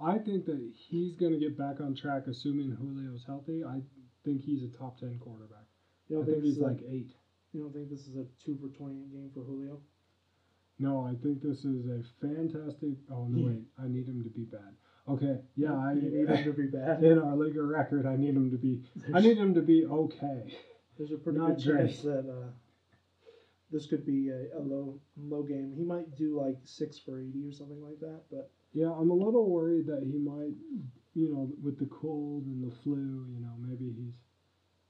S2: I think that he's going to get back on track, assuming Julio's healthy. I think he's a top 10 quarterback.
S1: You
S2: I
S1: don't
S2: think
S1: this
S2: he's
S1: is a-
S2: like eight.
S1: you don't think this is a two for twenty eight game for Julio?
S2: No, I think this is a fantastic. Oh, no, wait. I need him to be bad. Okay. Yeah, I
S1: you need him to be bad.
S2: In our league of record, I need him to be. I need him to be okay.
S1: There's a pretty
S2: Not
S1: good chance
S2: great.
S1: that uh, this could be a, a low low game. He might do like six for eighty or something like that, but
S2: Yeah, I'm a little worried that he might, you know, with the cold and the flu, you know, maybe he's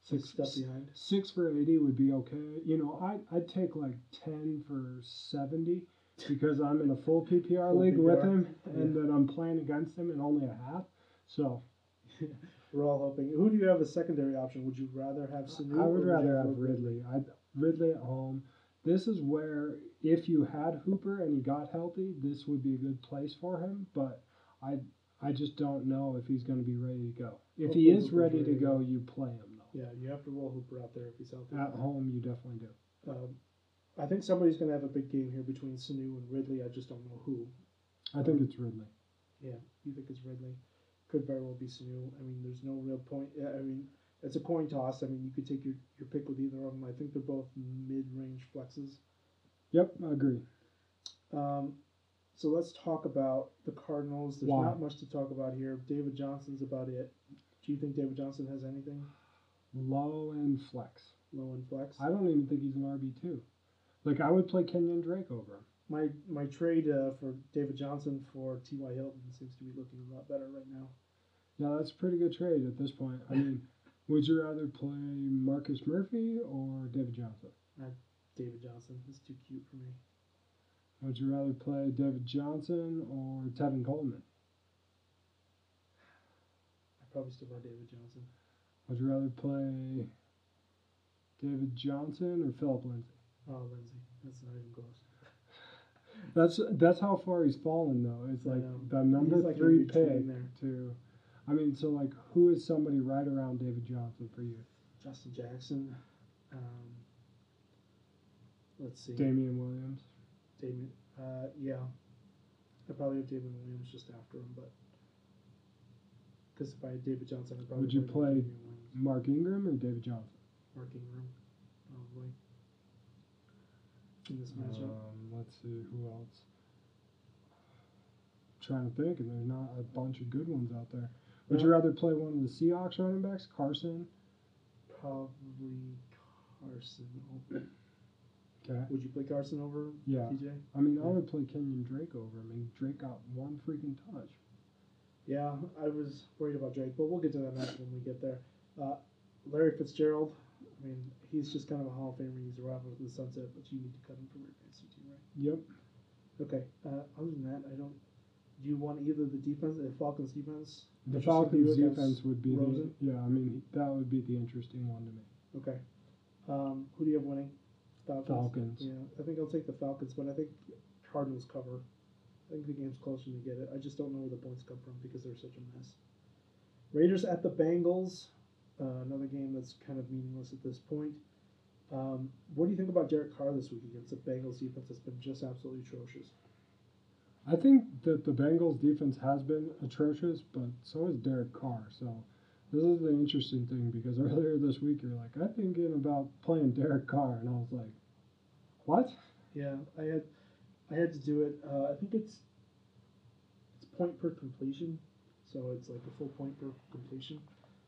S1: six
S2: six
S1: step behind.
S2: six for eighty would be okay. You know, I I'd take like ten for seventy because I'm in a full PPR
S1: Full
S2: league with
S1: PPR,
S2: him, and then I'm playing against him in only a half. So
S1: We're all hoping. Who do you have as secondary option? Would you rather have Sanu?
S2: I
S1: or
S2: would
S1: you
S2: rather have
S1: Ridley?
S2: Ridley. I Ridley at home. This is where if you had Hooper and he got healthy, this would be a good place for him. But I I just don't know if he's going to be ready to go. If
S1: Hopefully
S2: he is
S1: Hooper's
S2: ready to
S1: ready to
S2: go, you play him though.
S1: Yeah, you have to roll Hooper out there if he's healthy.
S2: At home, you definitely do.
S1: Um, I think somebody's going to have a big game here between Sanu and Ridley. I just don't know who.
S2: I think it's Ridley.
S1: You think it's Ridley? Could very well be Sanu. I mean, there's no real point. yeah, I mean, it's a coin toss. I mean, you could take your, your pick with either of them. I think they're both mid range flexes.
S2: Yep, I agree.
S1: Um, so let's talk about the Cardinals. There's
S2: Why?
S1: not much to talk about here. David Johnson's about it. Do you think David Johnson has anything
S2: Low and flex.
S1: low in flex?
S2: I don't even think he's an RB two. Like I would play Kenyon Drake over him.
S1: my my trade uh, for David Johnson for T. Y. Hilton seems to be looking a lot better right now.
S2: Yeah, that's a pretty good trade at this point. I mean, would you rather play Marcus Murphy or David Johnson?
S1: David Johnson is too cute for me.
S2: Would you rather play David Johnson or Tevin Coleman?
S1: I probably still buy David Johnson.
S2: Would you rather play David Johnson or Philip Lindsay?
S1: Oh, Lindsay, that's not even close.
S2: That's that's how far he's fallen though. It's
S1: I
S2: like
S1: know.
S2: the number
S1: He's like in
S2: three
S1: between
S2: pick
S1: there.
S2: to. I mean, so like, who is somebody right around David Johnson for you?
S1: Justin Jackson. Um, let's see.
S2: Damian Williams.
S1: Damien. Uh, yeah, I probably have Damien Williams just after him, but because if I had David Johnson, I probably
S2: Would you play-
S1: Damian Williams
S2: Mark Ingram or David Johnson?
S1: working room probably in this matchup.
S2: Um, let's see who else. trying to think, and there's not a bunch of good ones out there. Would you
S1: Yeah.
S2: rather play one of the Seahawks running backs, Carson?
S1: Probably Carson. Over.
S2: Okay.
S1: Would you play Carson over
S2: Yeah.
S1: TJ?
S2: I mean, I
S1: Yeah.
S2: would play Kenyon Drake over him, and Drake got one freaking touch.
S1: Yeah, I was worried about Drake, but we'll get to that match when we get there. Uh, Larry Fitzgerald, I mean, he's just kind of a Hall of Famer. He's a rival to the sunset, but you need to cut him from your fantasy team, right?
S2: Yep.
S1: Okay. Uh, other than that, I don't. Do you want either the defense, the Falcons defense?
S2: The
S1: Interesting
S2: Falcons
S1: view against
S2: defense would be
S1: Rosen?
S2: the yeah. I mean, that would be the interesting one to me.
S1: Okay. Um, who do you have winning? Falcons.
S2: Falcons.
S1: Yeah, I think I'll take the Falcons, but I think Cardinals cover. I think the game's close when you get it. I just don't know where the points come from because they're such a mess. Raiders at the Bengals, uh, another game that's kind of meaningless at this point. Um, what do you think about Derek Carr this week against the Bengals defense that's been just absolutely atrocious?
S2: I think that the Bengals defense has been atrocious, but so has Derek Carr. So this is the interesting thing because earlier this week you're like, I'm thinking about playing Derek Carr, and I was like, what?
S1: Yeah, I had I had to do it. Uh, I think it's it's point per completion, so it's like a full point per completion.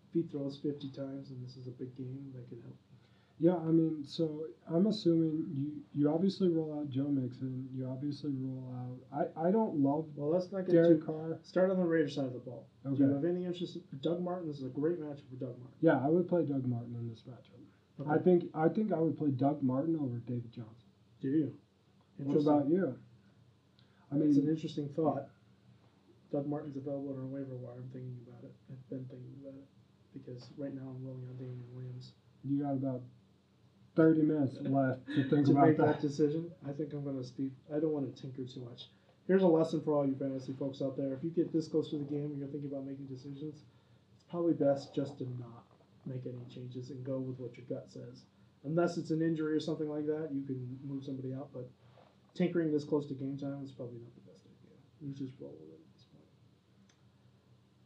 S1: If he throws fifty times, and this is a big game, that could help.
S2: Yeah, I mean, so I'm assuming you you obviously roll out Joe Mixon. You obviously roll out. I I don't love
S1: Well, let's not get
S2: Derek
S1: too.
S2: Carr.
S1: Start on the Raiders side of the ball. Do you
S2: Okay.
S1: have any interest? Doug Martin. This is a great matchup for Doug Martin.
S2: Yeah, I would play Doug Martin in this matchup. I
S1: Okay.
S2: think I think I would play Doug Martin over David Johnson.
S1: Do you?
S2: What
S1: Interesting.
S2: about you? I
S1: it's an
S2: mean,
S1: interesting thought. Doug Martin's available on a waiver wire. I'm thinking about it. I've been thinking about it because right now I'm rolling on Damian Williams
S2: you got about thirty minutes left to think
S1: to
S2: about
S1: make that
S2: that.
S1: decision. I think I'm going to speak. I don't want to tinker too much. Here's a lesson for all you fantasy folks out there: if you get this close to the game and you're thinking about making decisions, it's probably best just to not make any changes and go with what your gut says. Unless it's an injury or something like that, you can move somebody out. But tinkering this close to game time is probably not the best idea. You just roll with it at this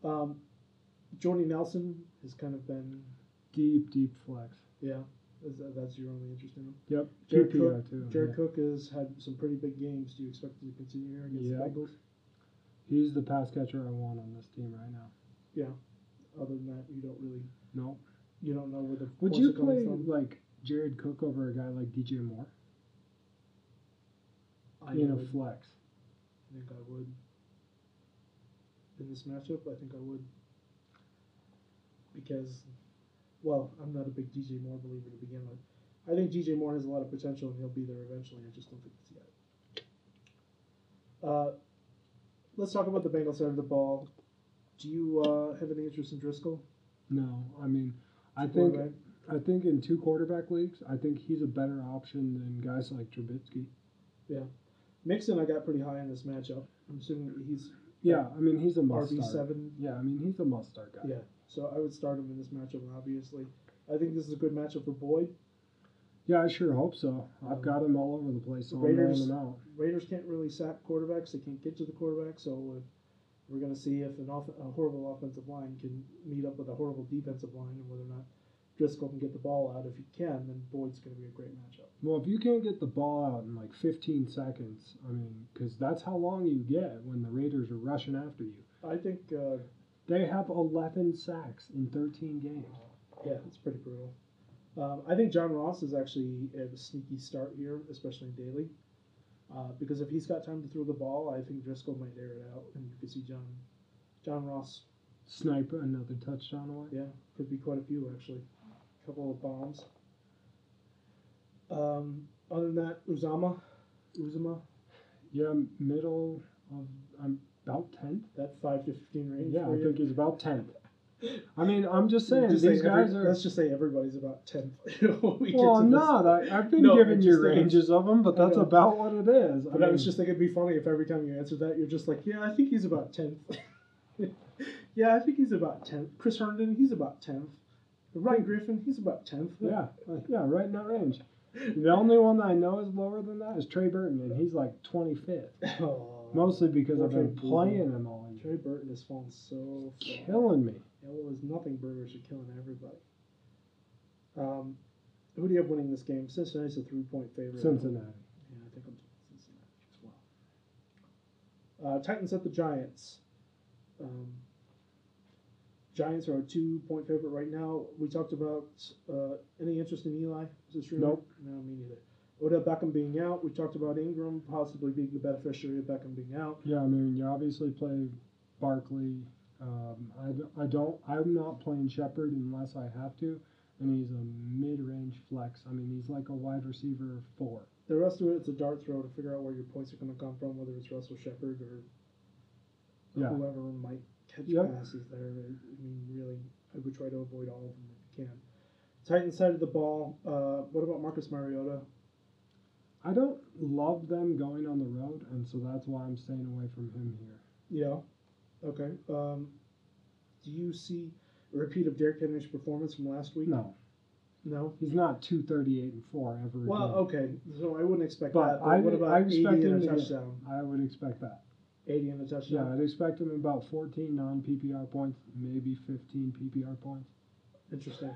S1: point. Um, Jordy Nelson has kind of been,
S2: Deep, deep flex.
S1: yeah, is that, that's your only interest in him.
S2: Yep.
S1: Jared
S2: PPR too.
S1: Jared
S2: yeah.
S1: Cook has had some pretty big games. Do you expect it to continue here against
S2: Yeah.
S1: the Bengals?
S2: He's the pass catcher I want on this team right now.
S1: Other than that, you don't really
S2: No.
S1: you don't know where the
S2: Would
S1: points
S2: you
S1: are coming
S2: play
S1: from.
S2: like Jared Cook over a guy like DJ Moore
S1: I
S2: in a
S1: would.
S2: flex?
S1: I think I would. In this matchup, I think I would. Because, well, I'm not a big DJ Moore believer to begin with. I think DJ Moore has a lot of potential and he'll be there eventually. I just don't think it's yet. Uh, let's talk about the Bengals side of the ball. Do you uh, have any interest in Driscoll?
S2: No, I mean, I
S1: Or,
S2: think
S1: uh,
S2: I think in two quarterback leagues, I think he's a better option than guys like Trubisky.
S1: Mixon, I got pretty high in this matchup. I'm assuming that he's
S2: Yeah, I mean he's a must
S1: RB
S2: start.
S1: seven
S2: Yeah, I mean he's a must start guy.
S1: Yeah, so I would start him in this matchup, obviously. I think this is a good matchup for Boyd.
S2: Yeah, I sure hope so.
S1: Um,
S2: I've got him all over the place, so I'm
S1: Raiders-
S2: rolling him out.
S1: Raiders can't really sack quarterbacks, they can't get to the quarterback, so if, we're going to see if an off- a horrible offensive line can meet up with a horrible defensive line and whether or not Driscoll can get the ball out. If he can, then Boyd's going to be a great matchup.
S2: Well, if you can't get the ball out in like 15 seconds, I mean, because that's how long you get when the Raiders are rushing after you.
S1: I think, uh,
S2: They have 11 sacks in 13 games.
S1: yeah, it's pretty brutal. Um, I think John Ross is actually a sneaky start here, especially in daily. Uh, because if he's got time to throw the ball, I think Driscoll might air it out, and you could see John John Ross
S2: Snipe another touchdown away.
S1: Yeah, could be quite a few actually. A couple of bombs. Um, other than that, Uzama, Uzama,
S2: Yeah, middle of I'm about 10th.
S1: that five to fifteen range.
S2: Yeah,
S1: for
S2: I
S1: you.
S2: think he's about 10th. I mean, I'm just saying
S1: Just say
S2: these
S1: every-
S2: guys are.
S1: Let's just say everybody's about tenth. we get
S2: Well,
S1: to this.
S2: not. I, I've been
S1: No, I
S2: giving
S1: just
S2: you
S1: think it's-
S2: ranges of them, but
S1: I
S2: that's
S1: know.
S2: about what it is.
S1: But I was just thinking it'd be funny if every time you answered that, you're just like, yeah, I think he's about tenth. yeah, I think he's about tenth. Chris Herndon, he's about tenth. Ryan Griffin, he's about tenth.
S2: yeah, like, yeah, right in that range. The only one that I know is lower than that is Trey Burton, and he's like 25th.
S1: Aw.
S2: Mostly because I've been
S1: Okay, Google.
S2: playing him all year.
S1: Trey Oh. Burton has fallen so far.
S2: Killing me.
S1: Yeah, well, there's nothing burgers are killing everybody. Um, who do you have winning this game? Cincinnati's a three-point favorite.
S2: Cincinnati.
S1: Yeah, I think I'm taking Cincinnati as well. Uh, Titans at the Giants. Um, Giants are a two-point favorite right now. We talked about uh, any interest in Eli. Is this true?
S2: Nope.
S1: No, me neither. Odell Beckham being out. We talked about Ingram possibly being the beneficiary of Beckham being out.
S2: Yeah, I mean, you obviously play Barkley. Um, I, d- I don't. I'm not playing Shepard unless I have to, and he's a mid-range flex. I mean, he's like a wide receiver four.
S1: The rest of it, it's a dart throw to figure out where your points are going to come from, whether it's Russell Shepard or
S2: Yeah.
S1: whoever might catch
S2: Yep.
S1: passes there. I mean, really, I would try to avoid all of them if you can. Titans side of the ball. Uh, what about Marcus Mariota?
S2: I don't love them going on the road, and so that's why I'm staying away from him here.
S1: Yeah. Okay. Um, do you see a repeat of Derrick Henry's performance from last week?
S2: No,
S1: No?
S2: he's not two thirty-eight and four ever.
S1: Well, oh
S2: again.
S1: okay. So I wouldn't expect
S2: But
S1: that. But
S2: I-
S1: what about
S2: I expect
S1: 80
S2: him
S1: and
S2: to
S1: a
S2: get-
S1: touchdown?
S2: I would expect that.
S1: 80 and a touchdown?
S2: Yeah, I'd expect him about fourteen non-PPR points, maybe fifteen PPR points.
S1: Interesting.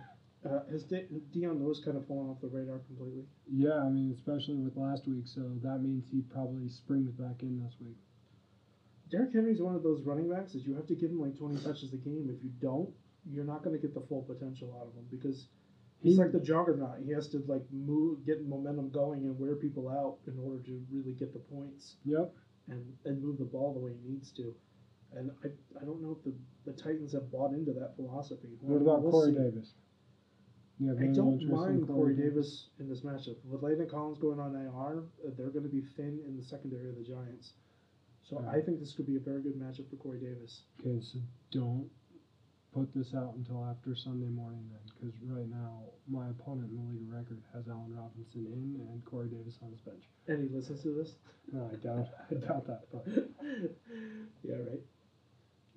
S1: Uh, has De- Deion Lewis kind of fallen off the radar completely?
S2: Yeah, I mean, especially with last week, so that means he probably springs back in this week.
S1: Derrick Henry's one of those running backs that you have to give him like 20 touches a game. If you don't, you're not going to get the full potential out of him because He's
S2: He-
S1: like the juggernaut. He has to like move, get momentum going, and wear people out in order to really get the points
S2: Yep.
S1: and and move the ball the way he needs to. And I, I don't know if the, the Titans have bought into that philosophy.
S2: What
S1: Well,
S2: about
S1: we'll
S2: Corey
S1: see.
S2: Davis? You have
S1: I
S2: any
S1: don't
S2: interest in
S1: mind Corey Davis in this matchup. With Landon Collins going on IR, uh, they're going to be thin in the secondary of the Giants. So
S2: Yeah.
S1: I think this could be a very good matchup for Corey Davis.
S2: Okay, so don't put this out until after Sunday morning then, because right now my opponent in the league record has Allen Robinson in and Corey Davis on his bench.
S1: And he listens to this.
S2: No, I doubt, I doubt that. But
S1: yeah, right.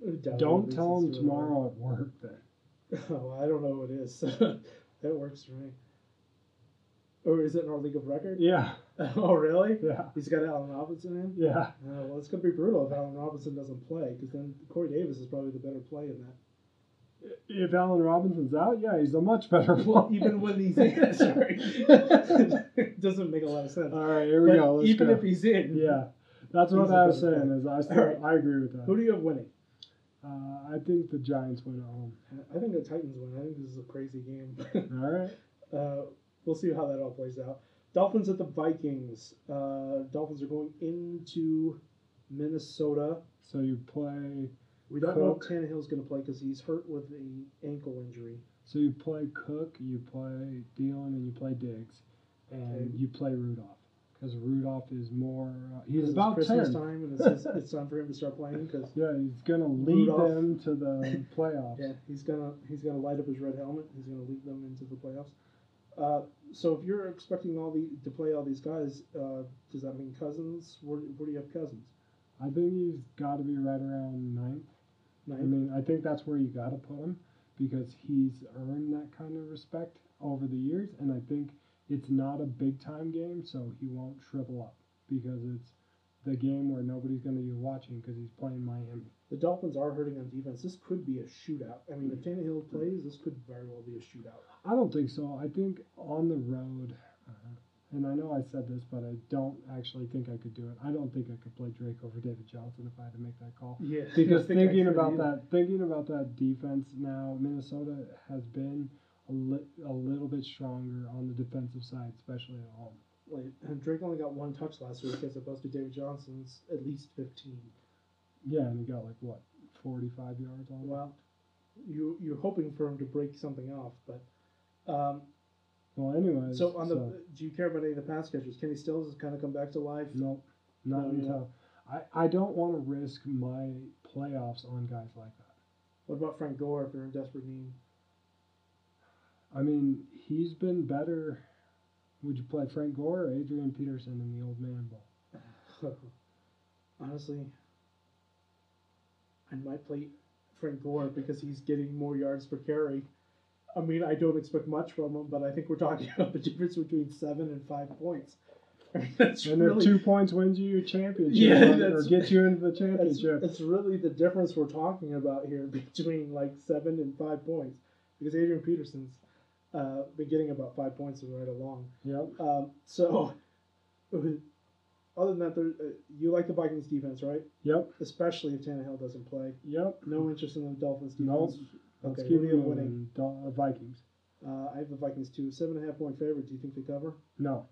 S1: I doubt
S2: don't
S1: he
S2: tell him
S1: listens to it at all.
S2: tomorrow at work then.
S1: Oh, I don't know what it is. that works for me. Or is it in our league of record?
S2: Yeah,
S1: oh, really?
S2: yeah,
S1: He's got Allen Robinson in.
S2: yeah.
S1: Uh, well, it's going to be brutal if Allen Robinson doesn't play, because then Corey Davis is probably the better play in that.
S2: If Allen Robinson's out, yeah, he's a much better player.
S1: Even when he's in, sorry, it doesn't make a lot of sense.
S2: All right, here we
S1: But
S2: go. Let's
S1: even
S2: go.
S1: if he's in,
S2: yeah, that's what
S1: He's a
S2: I was
S1: better
S2: saying. Is I still,
S1: Alright.
S2: I agree with that.
S1: who do you have winning?
S2: Uh, I think the Giants went home.
S1: I think the Titans win. I think this is a crazy game.
S2: All right.
S1: uh, we'll see how that all plays out. Dolphins at the Vikings. Uh, Dolphins are going into Minnesota.
S2: So you play.
S1: We don't know
S2: Cook.
S1: if Tannehill's going to play because he's hurt with the ankle injury.
S2: So you play Cook, you play Thielen, and you play Diggs, and
S1: Okay.
S2: you play Rudolph because Rudolph is more. Uh,
S1: This
S2: he's
S1: is
S2: about
S1: Christmas
S2: ten.
S1: time, and it's, it's time for him to start playing because
S2: Yeah, he's gonna lead
S1: Rudolph.
S2: them to the playoffs.
S1: yeah, he's gonna he's gonna light up his red helmet. He's gonna lead them into the playoffs. Uh, so if you're expecting all the to play all these guys, uh, does that mean Cousins? Where, where do you have Cousins?
S2: I think he's got to be right around ninth. I
S1: Nine.
S2: mean, I think that's where you got to put him because he's earned that kind of respect over the years, and I think it's not a big time game, so he won't shrivel up because it's the game where nobody's going to be watching because he's playing Miami.
S1: The Dolphins are hurting on defense. This could be a shootout. I mean, if Tannehill plays, this could very well be a shootout.
S2: I don't think so. I think on the road, uh, and I know I said this, but I don't actually think I could do it. I don't think I could play Drake over David Johnson if I had to make that call.
S1: Yeah,
S2: Because thinking about that, thinking about that defense now, Minnesota has been a, li- a little bit stronger on the defensive side, especially at home.
S1: Like, and Drake only got one touch last week as opposed to David Johnson's at least 15.
S2: Yeah, and he got like what, forty-five yards on.
S1: Well, you you're hoping for him to break something off, but um,
S2: Well, anyways.
S1: so on the do you care about any of the pass catchers? Kenny Stills has kind of come back to life.
S2: Nope, not
S1: No, yeah.
S2: until I, I don't want to risk my playoffs on guys like that.
S1: What about Frank Gore if you're in desperate need?
S2: I mean, he's been better. Would you play Frank Gore or Adrian Peterson in the old man bowl?
S1: Honestly, I might play Frank Gore because he's getting more yards per carry. I mean, I don't expect much from him, but I think we're talking about the difference between seven and five points. That's
S2: And
S1: really
S2: if two points wins you your championship
S1: Yeah,
S2: or- or
S1: that's-
S2: get you into the
S1: That's,
S2: championship,
S1: that's really the difference we're talking about here between like seven and five points, because Adrian Peterson's uh, been getting about five points right along.
S2: yep.
S1: Um, so, other than that, there, uh, you like the Vikings defense, right?
S2: Yep,
S1: Especially if Tannehill doesn't play.
S2: yep.
S1: No interest in the Dolphins
S2: Nope.
S1: defense.
S2: Let's
S1: Okay,
S2: keep
S1: who do
S2: it
S1: you have winning?
S2: moving. Dol- uh, Vikings.
S1: Uh, I have the Vikings too. Seven and a half point favorite. Do you think they cover?
S2: No.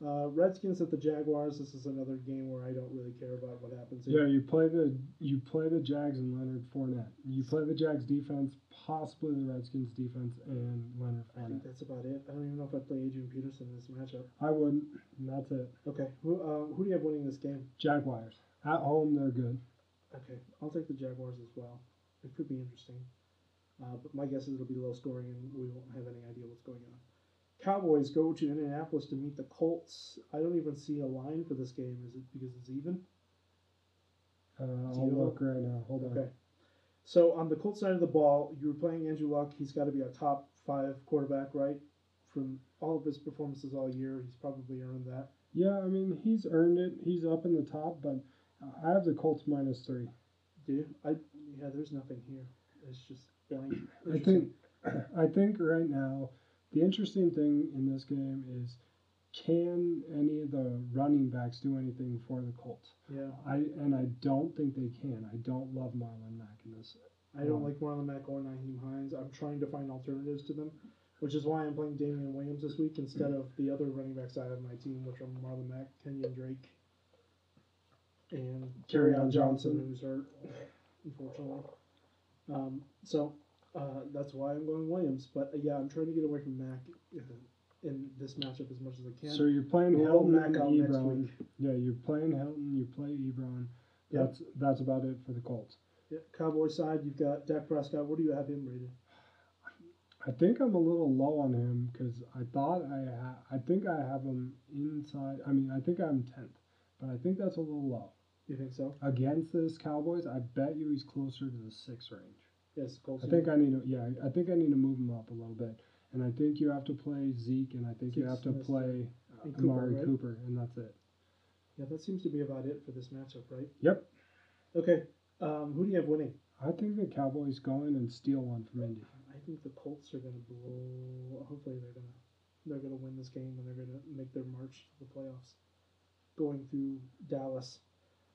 S1: Uh, Redskins at the Jaguars. This is another game where I don't really care about what happens.
S2: Yeah, you play the you play the Jags and Leonard Fournette. You play the Jags defense, possibly the Redskins defense, and Leonard
S1: I think
S2: Fournette.
S1: that's about it. I don't even know if I play Adrian Peterson in this matchup.
S2: I wouldn't. And that's it.
S1: Okay, who uh, who do you have winning this game?
S2: Jaguars at home, they're good.
S1: Okay, I'll take the Jaguars as well. It could be interesting, uh, but my guess is it'll be low scoring and we won't have any idea what's going on. Cowboys go to Indianapolis to meet the Colts. I don't even see a line for this game. Is it because it's even?
S2: Uh,
S1: Do
S2: I'll
S1: you-
S2: look right now. Hold on.
S1: Okay. So on the Colts side of the ball, you were playing Andrew Luck. He's got to be a top five quarterback, right? From all of his performances all year, he's probably earned that.
S2: Yeah, I mean he's earned it. He's up in the top, but I have the Colts minus three.
S1: Do you? I yeah. There's nothing here. It's just blank.
S2: I think I think right now the interesting thing in this game is can any of the running backs do anything for the Colts?
S1: Yeah.
S2: I and I don't think they can. I don't love Marlon Mack in this
S1: I don't
S2: Mm.
S1: like Marlon Mack or Naheem Hines. I'm trying to find alternatives to them, which is why I'm playing Damian Williams this week instead of the other running backs I have on my team, which are Marlon Mack, Kenyon Drake, and
S2: Kerryon
S1: Kerryon Johnson,
S2: Johnson.
S1: who's hurt, unfortunately. Um, so uh, that's why I'm going Williams. But uh, yeah, I'm trying to get away from Mack uh, in this matchup as much as I can.
S2: So you're playing
S1: I'll
S2: Hilton
S1: back
S2: and
S1: out next
S2: Ebron.
S1: week.
S2: Yeah, you're playing Hilton. You play Ebron.
S1: Yep.
S2: That's that's about it for the Colts.
S1: Yeah, Cowboy side, you've got Dak Prescott. Where do you have him rated?
S2: I think I'm a little low on him because I thought I ha- I think I have him inside. I mean, I think I'm tenth, but I think that's a little low
S1: You think so?
S2: against this Cowboys. I bet you he's closer to the six range.
S1: Yes, Colts.
S2: I think I need to yeah. I think I need to move him up a little bit, and I think you have to play Zeke, and I think you
S1: Zeke's
S2: have to
S1: missed.
S2: play uh,
S1: And Cooper,
S2: Amari
S1: right?
S2: Cooper, and that's it.
S1: Yeah, that seems to be about it for this matchup, right?
S2: Yep.
S1: Okay. Um, who do you have winning?
S2: I think the Cowboys go in and steal one from Indy.
S1: I think the Colts are going to blow. Hopefully, they're going to they're going to win this game and they're going to make their march to the playoffs, going through Dallas.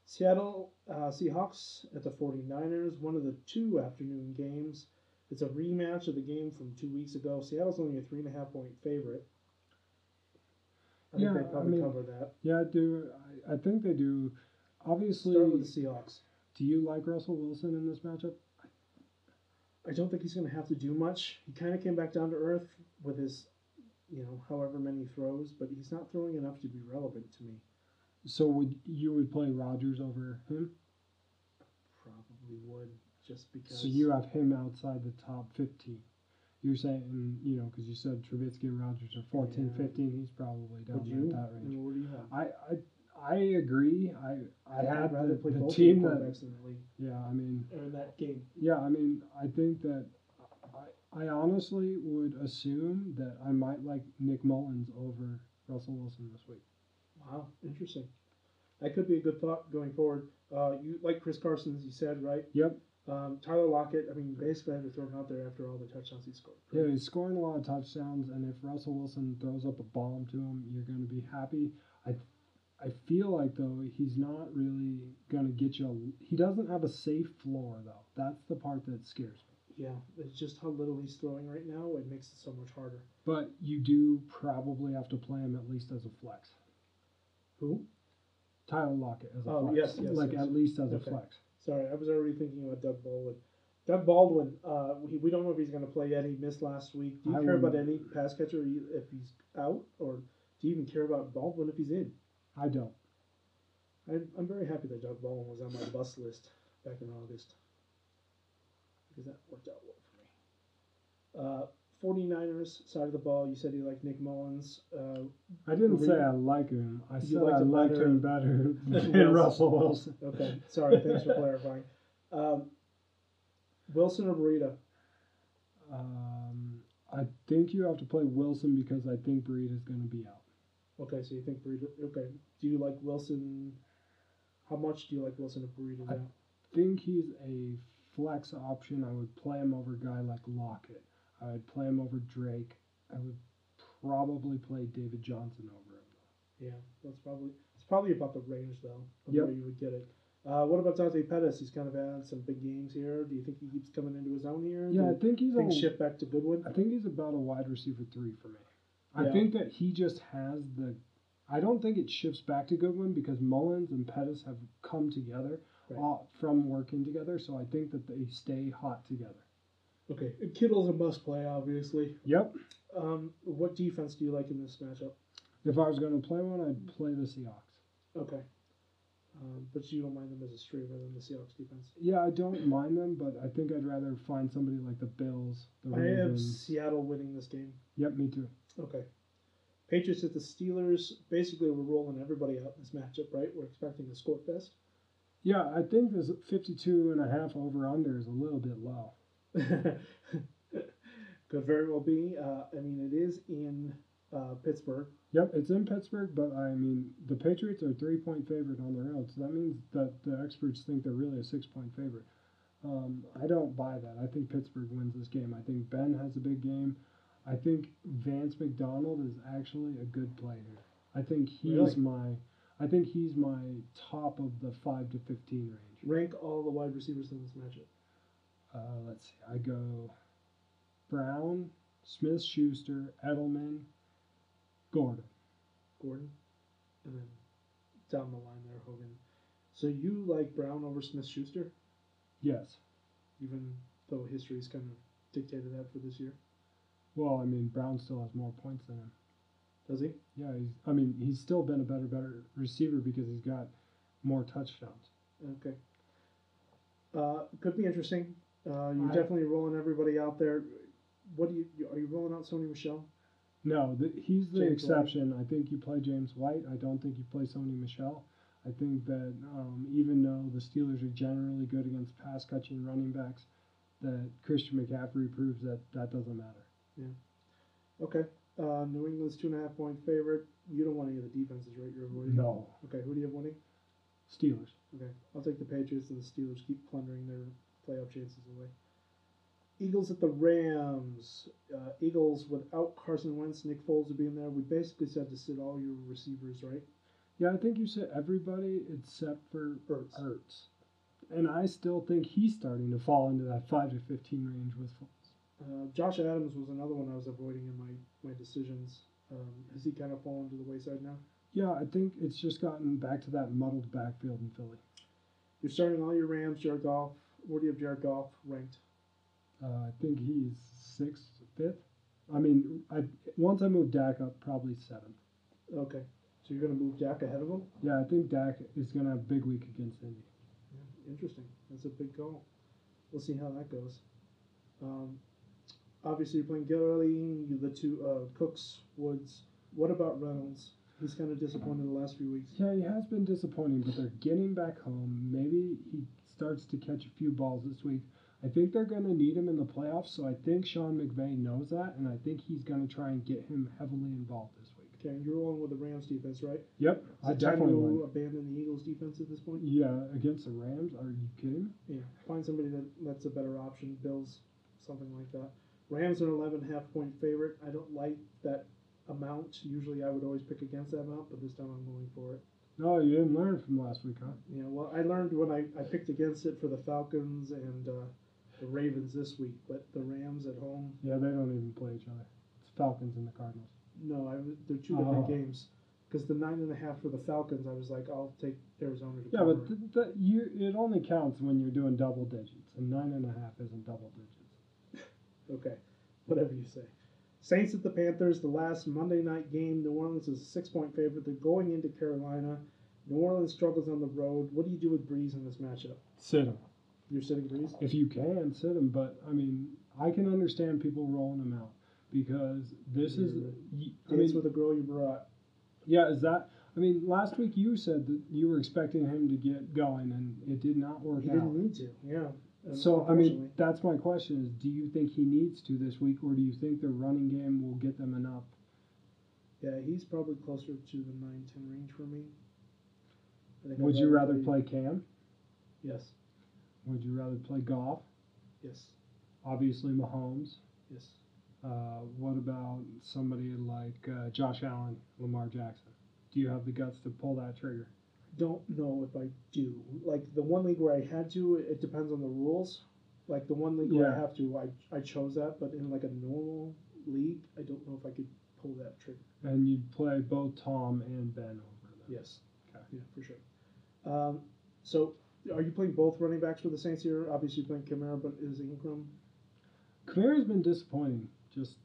S1: Seattle uh, Seahawks at the 49ers, one of the two afternoon games. It's a rematch of the game from two weeks ago. Seattle's only a three and a half point favorite. I think
S2: Yeah,
S1: they
S2: I
S1: probably
S2: mean,
S1: cover that.
S2: Yeah, I do I, I think they do? Obviously,
S1: Start with the Seahawks.
S2: do you like Russell Wilson in this matchup?
S1: I don't think he's going to have to do much. He kind of came back down to earth with his, you know, however many throws, but he's not throwing enough to be relevant to me.
S2: So would you would play Rodgers over him?
S1: Probably would just because.
S2: So you have him outside the top fifteen. You're saying you know because you said Trubisky and Rodgers are 14,
S1: Yeah.
S2: 15. He's probably down
S1: would
S2: at
S1: you? Mm.
S2: that
S1: I
S2: range.
S1: mean, what do you have?
S2: I I, I agree. I I
S1: I'd
S2: had
S1: rather
S2: the,
S1: play
S2: the
S1: both
S2: team
S1: of the
S2: that
S1: quarterbacks in the league
S2: yeah. I mean
S1: or in that game.
S2: yeah. I mean I think that I I honestly would assume that I might like Nick Mullins over Russell Wilson this week.
S1: Wow, interesting. That could be a good thought going forward. Uh, you like Chris Carson, as you said, right?
S2: Yep.
S1: Um, Tyler Lockett. I mean, basically, I had to throw him out there after all the touchdowns he scored.
S2: Yeah, he's scoring a lot of touchdowns, and if Russell Wilson throws up a bomb to him, you're going to be happy. I, I feel like though he's not really going to get you. A, he doesn't have a safe floor though. That's the part that scares me.
S1: Yeah, it's just how little he's throwing right now. It makes it so much harder.
S2: But you do probably have to play him at least as a flex.
S1: Who?
S2: Tyler Lockett as a
S1: Oh,
S2: flex.
S1: yes, yes,
S2: like
S1: yes.
S2: at least as
S1: Okay.
S2: a flex.
S1: Sorry, I was already thinking about Doug Baldwin. Doug Baldwin, uh, we, we don't know if he's going to play yet. He missed last week. Do you
S2: I
S1: care about
S2: wouldn't.
S1: any pass catcher you- if he's out, or do you even care about Baldwin if he's in?
S2: I don't.
S1: I, I'm very happy that Doug Baldwin was on my bus list back in August because that worked out well for me. Uh, 49ers side of the ball, you said you like Nick Mullins. Uh,
S2: I didn't
S1: Re-
S2: say I like him. I
S1: You
S2: said
S1: liked
S2: I
S1: him
S2: liked
S1: better
S2: him better
S1: than
S2: than
S1: Wilson.
S2: Russell Wilson.
S1: okay, sorry, thanks for clarifying. Um, Wilson or Burrito?
S2: Um, I think you have to play Wilson because I think Breed is going to be out.
S1: Okay, so you think Burrito? Okay, do you like Wilson? How much do you like Wilson if Burrito's
S2: I-
S1: out?
S2: think he's a flex option. I would play him over a guy like Lockett. I would play him over Drake. I would probably play David Johnson over him.
S1: Yeah, that's probably it's probably about the range though of
S2: Yep.
S1: where you would get it. Uh, what about Dante Pettis? He's kind of had some big games here. Do you think he keeps coming into his own here?
S2: Yeah, I
S1: Do
S2: think he's
S1: you think
S2: a,
S1: shift back to Goodwin.
S2: I think he's about a wide receiver three for me. I
S1: Yeah.
S2: think that he just has the. I don't think it shifts back to Goodwin because Mullins and Pettis have come together
S1: Right.
S2: uh, from working together, so I think that they stay hot together.
S1: Okay, and Kittle's a must play, obviously.
S2: Yep.
S1: Um, what defense do you like in this matchup?
S2: If I was going to play one, I'd play the Seahawks.
S1: Okay, um, but you don't mind them as a streamer than the Seahawks defense.
S2: Yeah, I don't mind them, but I think I'd rather find somebody like the Bills, the
S1: I have
S2: Ravens.
S1: Seattle winning this game.
S2: Yep, me too.
S1: Okay. Patriots at the Steelers. Basically, we're rolling everybody out in this matchup, right? We're expecting a score fest.
S2: Yeah, I think this 52 and a half over under is a little bit low.
S1: Could very well be. Uh, I mean, it is in uh, Pittsburgh.
S2: Yep, it's in Pittsburgh, but I mean, the Patriots are three point favorite on the road, so that means that the experts think they're really a six point favorite. Um, I don't buy that. I think Pittsburgh wins this game. I think Ben has a big game. I think Vance McDonald is actually a good player. I think he's
S1: Really?
S2: my, I think he's my top of the five to fifteen range.
S1: Rank all the wide receivers in this matchup.
S2: Uh, let's see, I go Brown, Smith Schuster, Edelman, Gordon.
S1: Gordon, and then down the line there, Hogan. So you like Brown over Smith Schuster,
S2: Yes.
S1: even though history's kind of dictated that for this year,
S2: Well, I mean, Brown still has more points than him.
S1: does he?
S2: Yeah, he's, I mean, he's still been a better, better receiver because he's got more touchdowns.
S1: Okay. Uh, could be interesting. Uh, you're
S2: I-
S1: definitely rolling everybody out there. What do you you- are you rolling out Sony Michelle?
S2: No, the, he's the
S1: James White.
S2: exception. I think you play James White. I don't think you play Sony Michelle. I think that um, even though the Steelers are generally good against pass catching running backs, that Christian McCaffrey proves that that doesn't matter.
S1: Okay. Uh, New England's two and a half point favorite. You don't want any of the defenses, right? You're avoiding.
S2: No,
S1: Okay. Who do you have winning?
S2: Steelers.
S1: Okay. I'll take the Patriots and the Steelers. Keep plundering their playoff chances away. Eagles at the Rams. Uh, Eagles without Carson Wentz, Nick Foles would be in there. We basically said to sit all your receivers, right?
S2: Yeah, I think you said everybody except for
S1: Ertz.
S2: Ertz, and I still think he's starting to fall into that five to fifteen range with Foles.
S1: Uh, Josh Adams was another one I was avoiding in my, my decisions. Um, has he kind of fallen to the wayside now?
S2: Yeah, I think it's just gotten back to that muddled backfield in Philly.
S1: You're starting all your Rams, Jared Goff. Where do you have Jared Goff ranked?
S2: Uh, I think he's sixth, fifth. I mean, I once I move Dak up, probably seventh.
S1: Okay. So you're going to move Dak ahead of him?
S2: Yeah, I think Dak is gonna have a big week against Indy.
S1: Yeah, interesting. That's a big goal. We'll see how that goes. Um, obviously, you're playing Gilly, you the two uh, Cooks, Woods. What about Reynolds? He's kind of disappointed the last few weeks.
S2: Yeah, he has been disappointing, but they're getting back home. Maybe he starts to catch a few balls this week. I think they're gonna need him in the playoffs, so I think Sean McVay knows that, and I think he's gonna try and get him heavily involved this week.
S1: Okay, you're rolling with the Rams defense, right?
S2: Yep,
S1: Is it
S2: I
S1: time
S2: definitely.
S1: to
S2: would.
S1: abandon the Eagles defense at this point?
S2: Yeah, against the Rams. Are you kidding? me?
S1: Yeah, find somebody that, that's a better option. Bills, something like that. Rams are an 11 half point favorite. I don't like that amount. Usually I would always pick against that amount, but this time I'm going for it.
S2: No, you didn't learn from last week, huh?
S1: Yeah, well, I learned when I, I picked against it for the Falcons and uh, the Ravens this week, but the Rams at home,
S2: Yeah, they don't even play each other. It's Falcons and the Cardinals.
S1: no, I, was- they're two different
S2: Oh.
S1: games. Because the nine and a half for the Falcons, I was like, I'll take Arizona. To
S2: Yeah,
S1: cover.
S2: but th- th- you it only counts when you're doing double digits, and nine and a half isn't double digits.
S1: Okay, whatever you say. Saints at the Panthers, the last Monday night game. New Orleans is a six point favorite. They're going into Carolina. New Orleans struggles on the road. What do you do with Breeze in this matchup?
S2: Sit him
S1: You're sitting Breeze?
S2: if you can sit him, but I mean I can understand people rolling him out because this is.
S1: Yeah.
S2: y- I
S1: Dance
S2: mean,
S1: with the girl you brought.
S2: yeah, is that? I mean, last week you said that you were expecting him to get going, and it did not work
S1: He
S2: out.
S1: didn't need to, yeah.
S2: So I mean,
S1: Unfortunately.
S2: that's my question: is do you think he needs to this week, or do you think the running game will get them enough?
S1: yeah, he's probably closer to the 9 10 range for me. I think I'd
S2: Would you rather
S1: be-
S2: play Cam?
S1: Yes,
S2: Would you rather play Goff?
S1: yes,
S2: Obviously, Mahomes.
S1: yes.
S2: Uh, what about somebody like uh, Josh Allen, Lamar Jackson? Do you have the guts to pull that trigger?
S1: don't know if I do. Like the one league where I had to, it depends on the rules. Like the one league where I
S2: Yeah.
S1: have to, I, I chose that. But in like a normal league, I don't know if I could pull that trigger.
S2: And you'd play both Tom and Ben over them.
S1: Yes.
S2: Okay.
S1: Yeah, for sure. Um, so are you playing both running backs for the Saints here? Obviously you're playing Kamara, but is Ingram?
S2: Kamara's been disappointing. Just,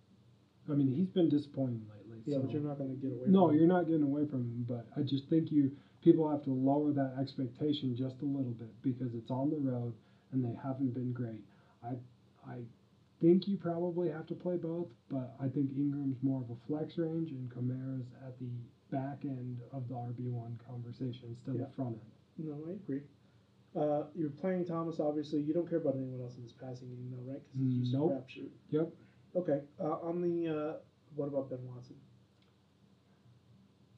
S2: I mean, he's been disappointing lately.
S1: Yeah,
S2: so.
S1: but you're not going to get away.
S2: no,
S1: from it.
S2: you're not getting away from him. But I just think you people have to lower that expectation just a little bit because it's on the road and they haven't been great. I, I think you probably have to play both, but I think Ingram's more of a flex range and Kamara's at the back end of the RB one conversation instead
S1: Yeah.
S2: of front end.
S1: No, I agree. Uh, you're playing Thomas, obviously. You don't care about anyone else in this passing game, though, right? 'Cause it's just
S2: Nope.
S1: a crapshoot.
S2: Yep.
S1: Okay. Uh, on the uh, what about Ben Watson?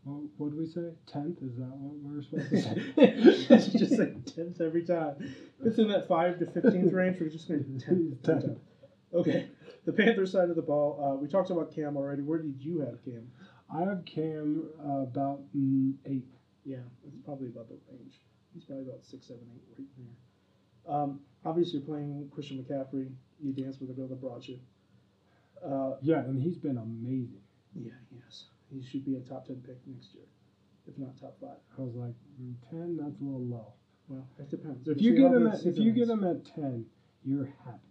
S2: What what did we say? Tenth is that what we're supposed to say?
S1: it's just like tenth every time. It's in that five to fifteenth range. We're just going to tenth. every time. Okay. The Panthers side of the ball. Uh, we talked about Cam already. Where did you have Cam?
S2: I have Cam uh, about mm, eight.
S1: Yeah, it's probably about the range. He's probably about six, seven, eight, right there. Um, obviously, you're playing Christian McCaffrey. You dance with the girl that brought you. Uh,
S2: Yeah, and he's been amazing.
S1: yeah, yes, he should be a top ten pick next year, if not top five.
S2: I was like, "Mm, ten, that's a little low.
S1: Well, it depends.
S2: If
S1: We'll
S2: you
S1: see how
S2: get him,
S1: the
S2: at, if
S1: season
S2: you get
S1: ends.
S2: him at ten, you're happy.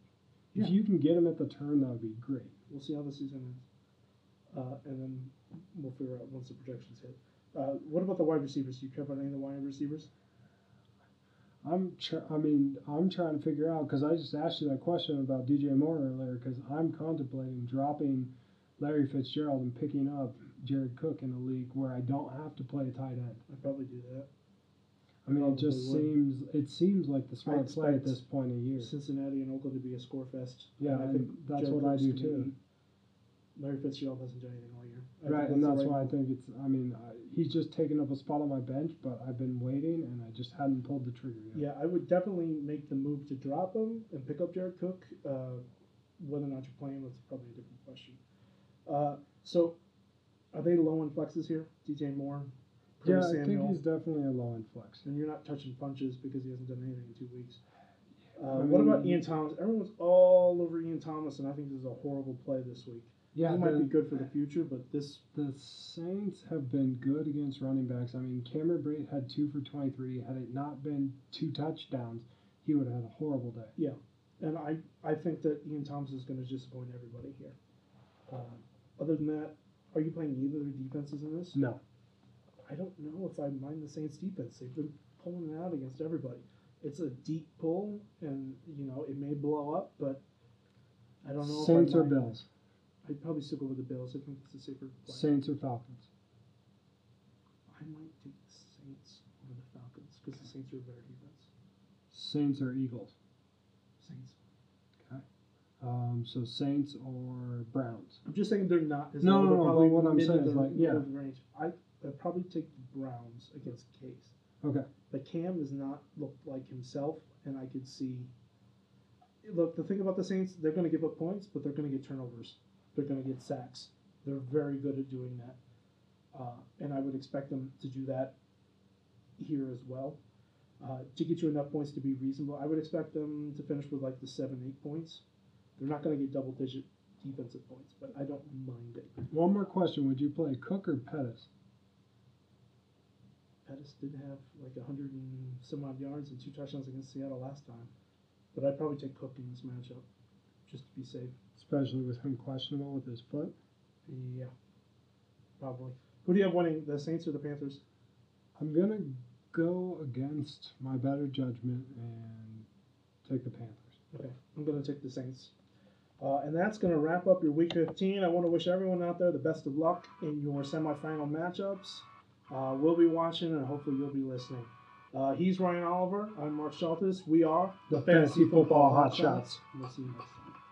S1: Yeah.
S2: If you can get him at the turn, that would be great.
S1: we'll see how the season ends, uh, and then we'll figure out once the projections hit. Uh, what about the wide receivers? Do you care about any of the wide receivers?
S2: I'm, tr- I mean, I'm trying to figure out because I just asked you that question about DJ Moore earlier because I'm contemplating dropping Larry Fitzgerald and picking up Jared Cook in a league where I don't have to play a tight end.
S1: I probably do that.
S2: I mean, it just
S1: Probably
S2: seems it seems like the smart play at
S1: expect-
S2: this point in the year.
S1: Cincinnati and Oakland to be a score fest.
S2: Yeah,
S1: and I
S2: and
S1: think
S2: that's
S1: Jared
S2: what I
S1: Cook's
S2: do
S1: gonna
S2: too.
S1: be- Larry Fitzgerald hasn't done anything all year. I think
S2: Right, and
S1: the
S2: that's
S1: right-
S2: why I think it's. I mean, I, he's just taken up a spot on my bench, but I've been waiting and I just hadn't pulled the trigger yet.
S1: Yeah, I would definitely make the move to drop him and pick up Jared Cook. Uh, whether or not you're playing, that's probably a different question. Uh, so, are they low in flexes here? DJ Moore,
S2: Yeah,
S1: Curtis
S2: I
S1: Samuel.
S2: think he's definitely a low influx.
S1: and you're not touching punches because he hasn't done anything in two weeks. Uh,
S2: I
S1: what about
S2: mean-
S1: Ian Thomas? Everyone's all over Ian Thomas, and I think this is a horrible play this week.
S2: Yeah,
S1: he might
S2: the-
S1: be good for the future, but this
S2: The Saints have been good against running backs. I mean, Cameron Brate had two for 23. Had it not been two touchdowns, he would have had a horrible day.
S1: and I, I think that Ian Thomas is going to disappoint everybody here. Um, other than that, are you playing either of the defenses in this?
S2: No.
S1: I don't know if I mind the Saints defense. They've been pulling it out against everybody. It's a deep pull, and you know it may blow up, but I don't know.
S2: Saints
S1: if I
S2: or
S1: mind-
S2: Bills?
S1: I'd probably still go with the Bills. I think it's a safer. play.
S2: Saints or Falcons?
S1: I might take the Saints over the Falcons because the Saints are a better defense.
S2: Saints or Eagles?
S1: Saints.
S2: Um, so Saints or Browns?
S1: I'm just saying they're not. as low.
S2: No, no,
S1: They're
S2: no, but
S1: probably
S2: what I'm
S1: mid
S2: saying
S1: of
S2: is
S1: the-
S2: like,
S1: mid
S2: yeah.
S1: of the range. I I'd probably take the Browns against Case.
S2: Okay.
S1: But Cam has not looked like himself, and I could see. Look, the thing about the Saints, they're going to give up points, but they're going to get turnovers. They're going to get sacks. They're very good at doing that, uh, and I would expect them to do that here as well. Uh, to get you enough points to be reasonable, I would expect them to finish with like the seven, eight points. They're not going to get double digit defensive points, but I don't mind it.
S2: One more question. Would you play Cook or Pettis?
S1: Pettis did have like a hundred and some odd yards and two touchdowns against Seattle last time, but I'd probably take Cook in this matchup just to be safe.
S2: Especially with him questionable with his foot.
S1: Yeah, probably. Who do you have winning? The Saints or the Panthers?
S2: I'm going to go against my better judgment and take the Panthers.
S1: Okay, I'm gonna take the Saints. Uh, and that's going to wrap up your Week 15. I want to wish everyone out there the best of luck in your semifinal matchups. Uh, we'll be watching, and hopefully you'll be listening. Uh, he's Ryan Oliver. I'm Mark Sheltis. We are
S2: The Fantasy Football Hot Shots.
S1: We'll see you next time.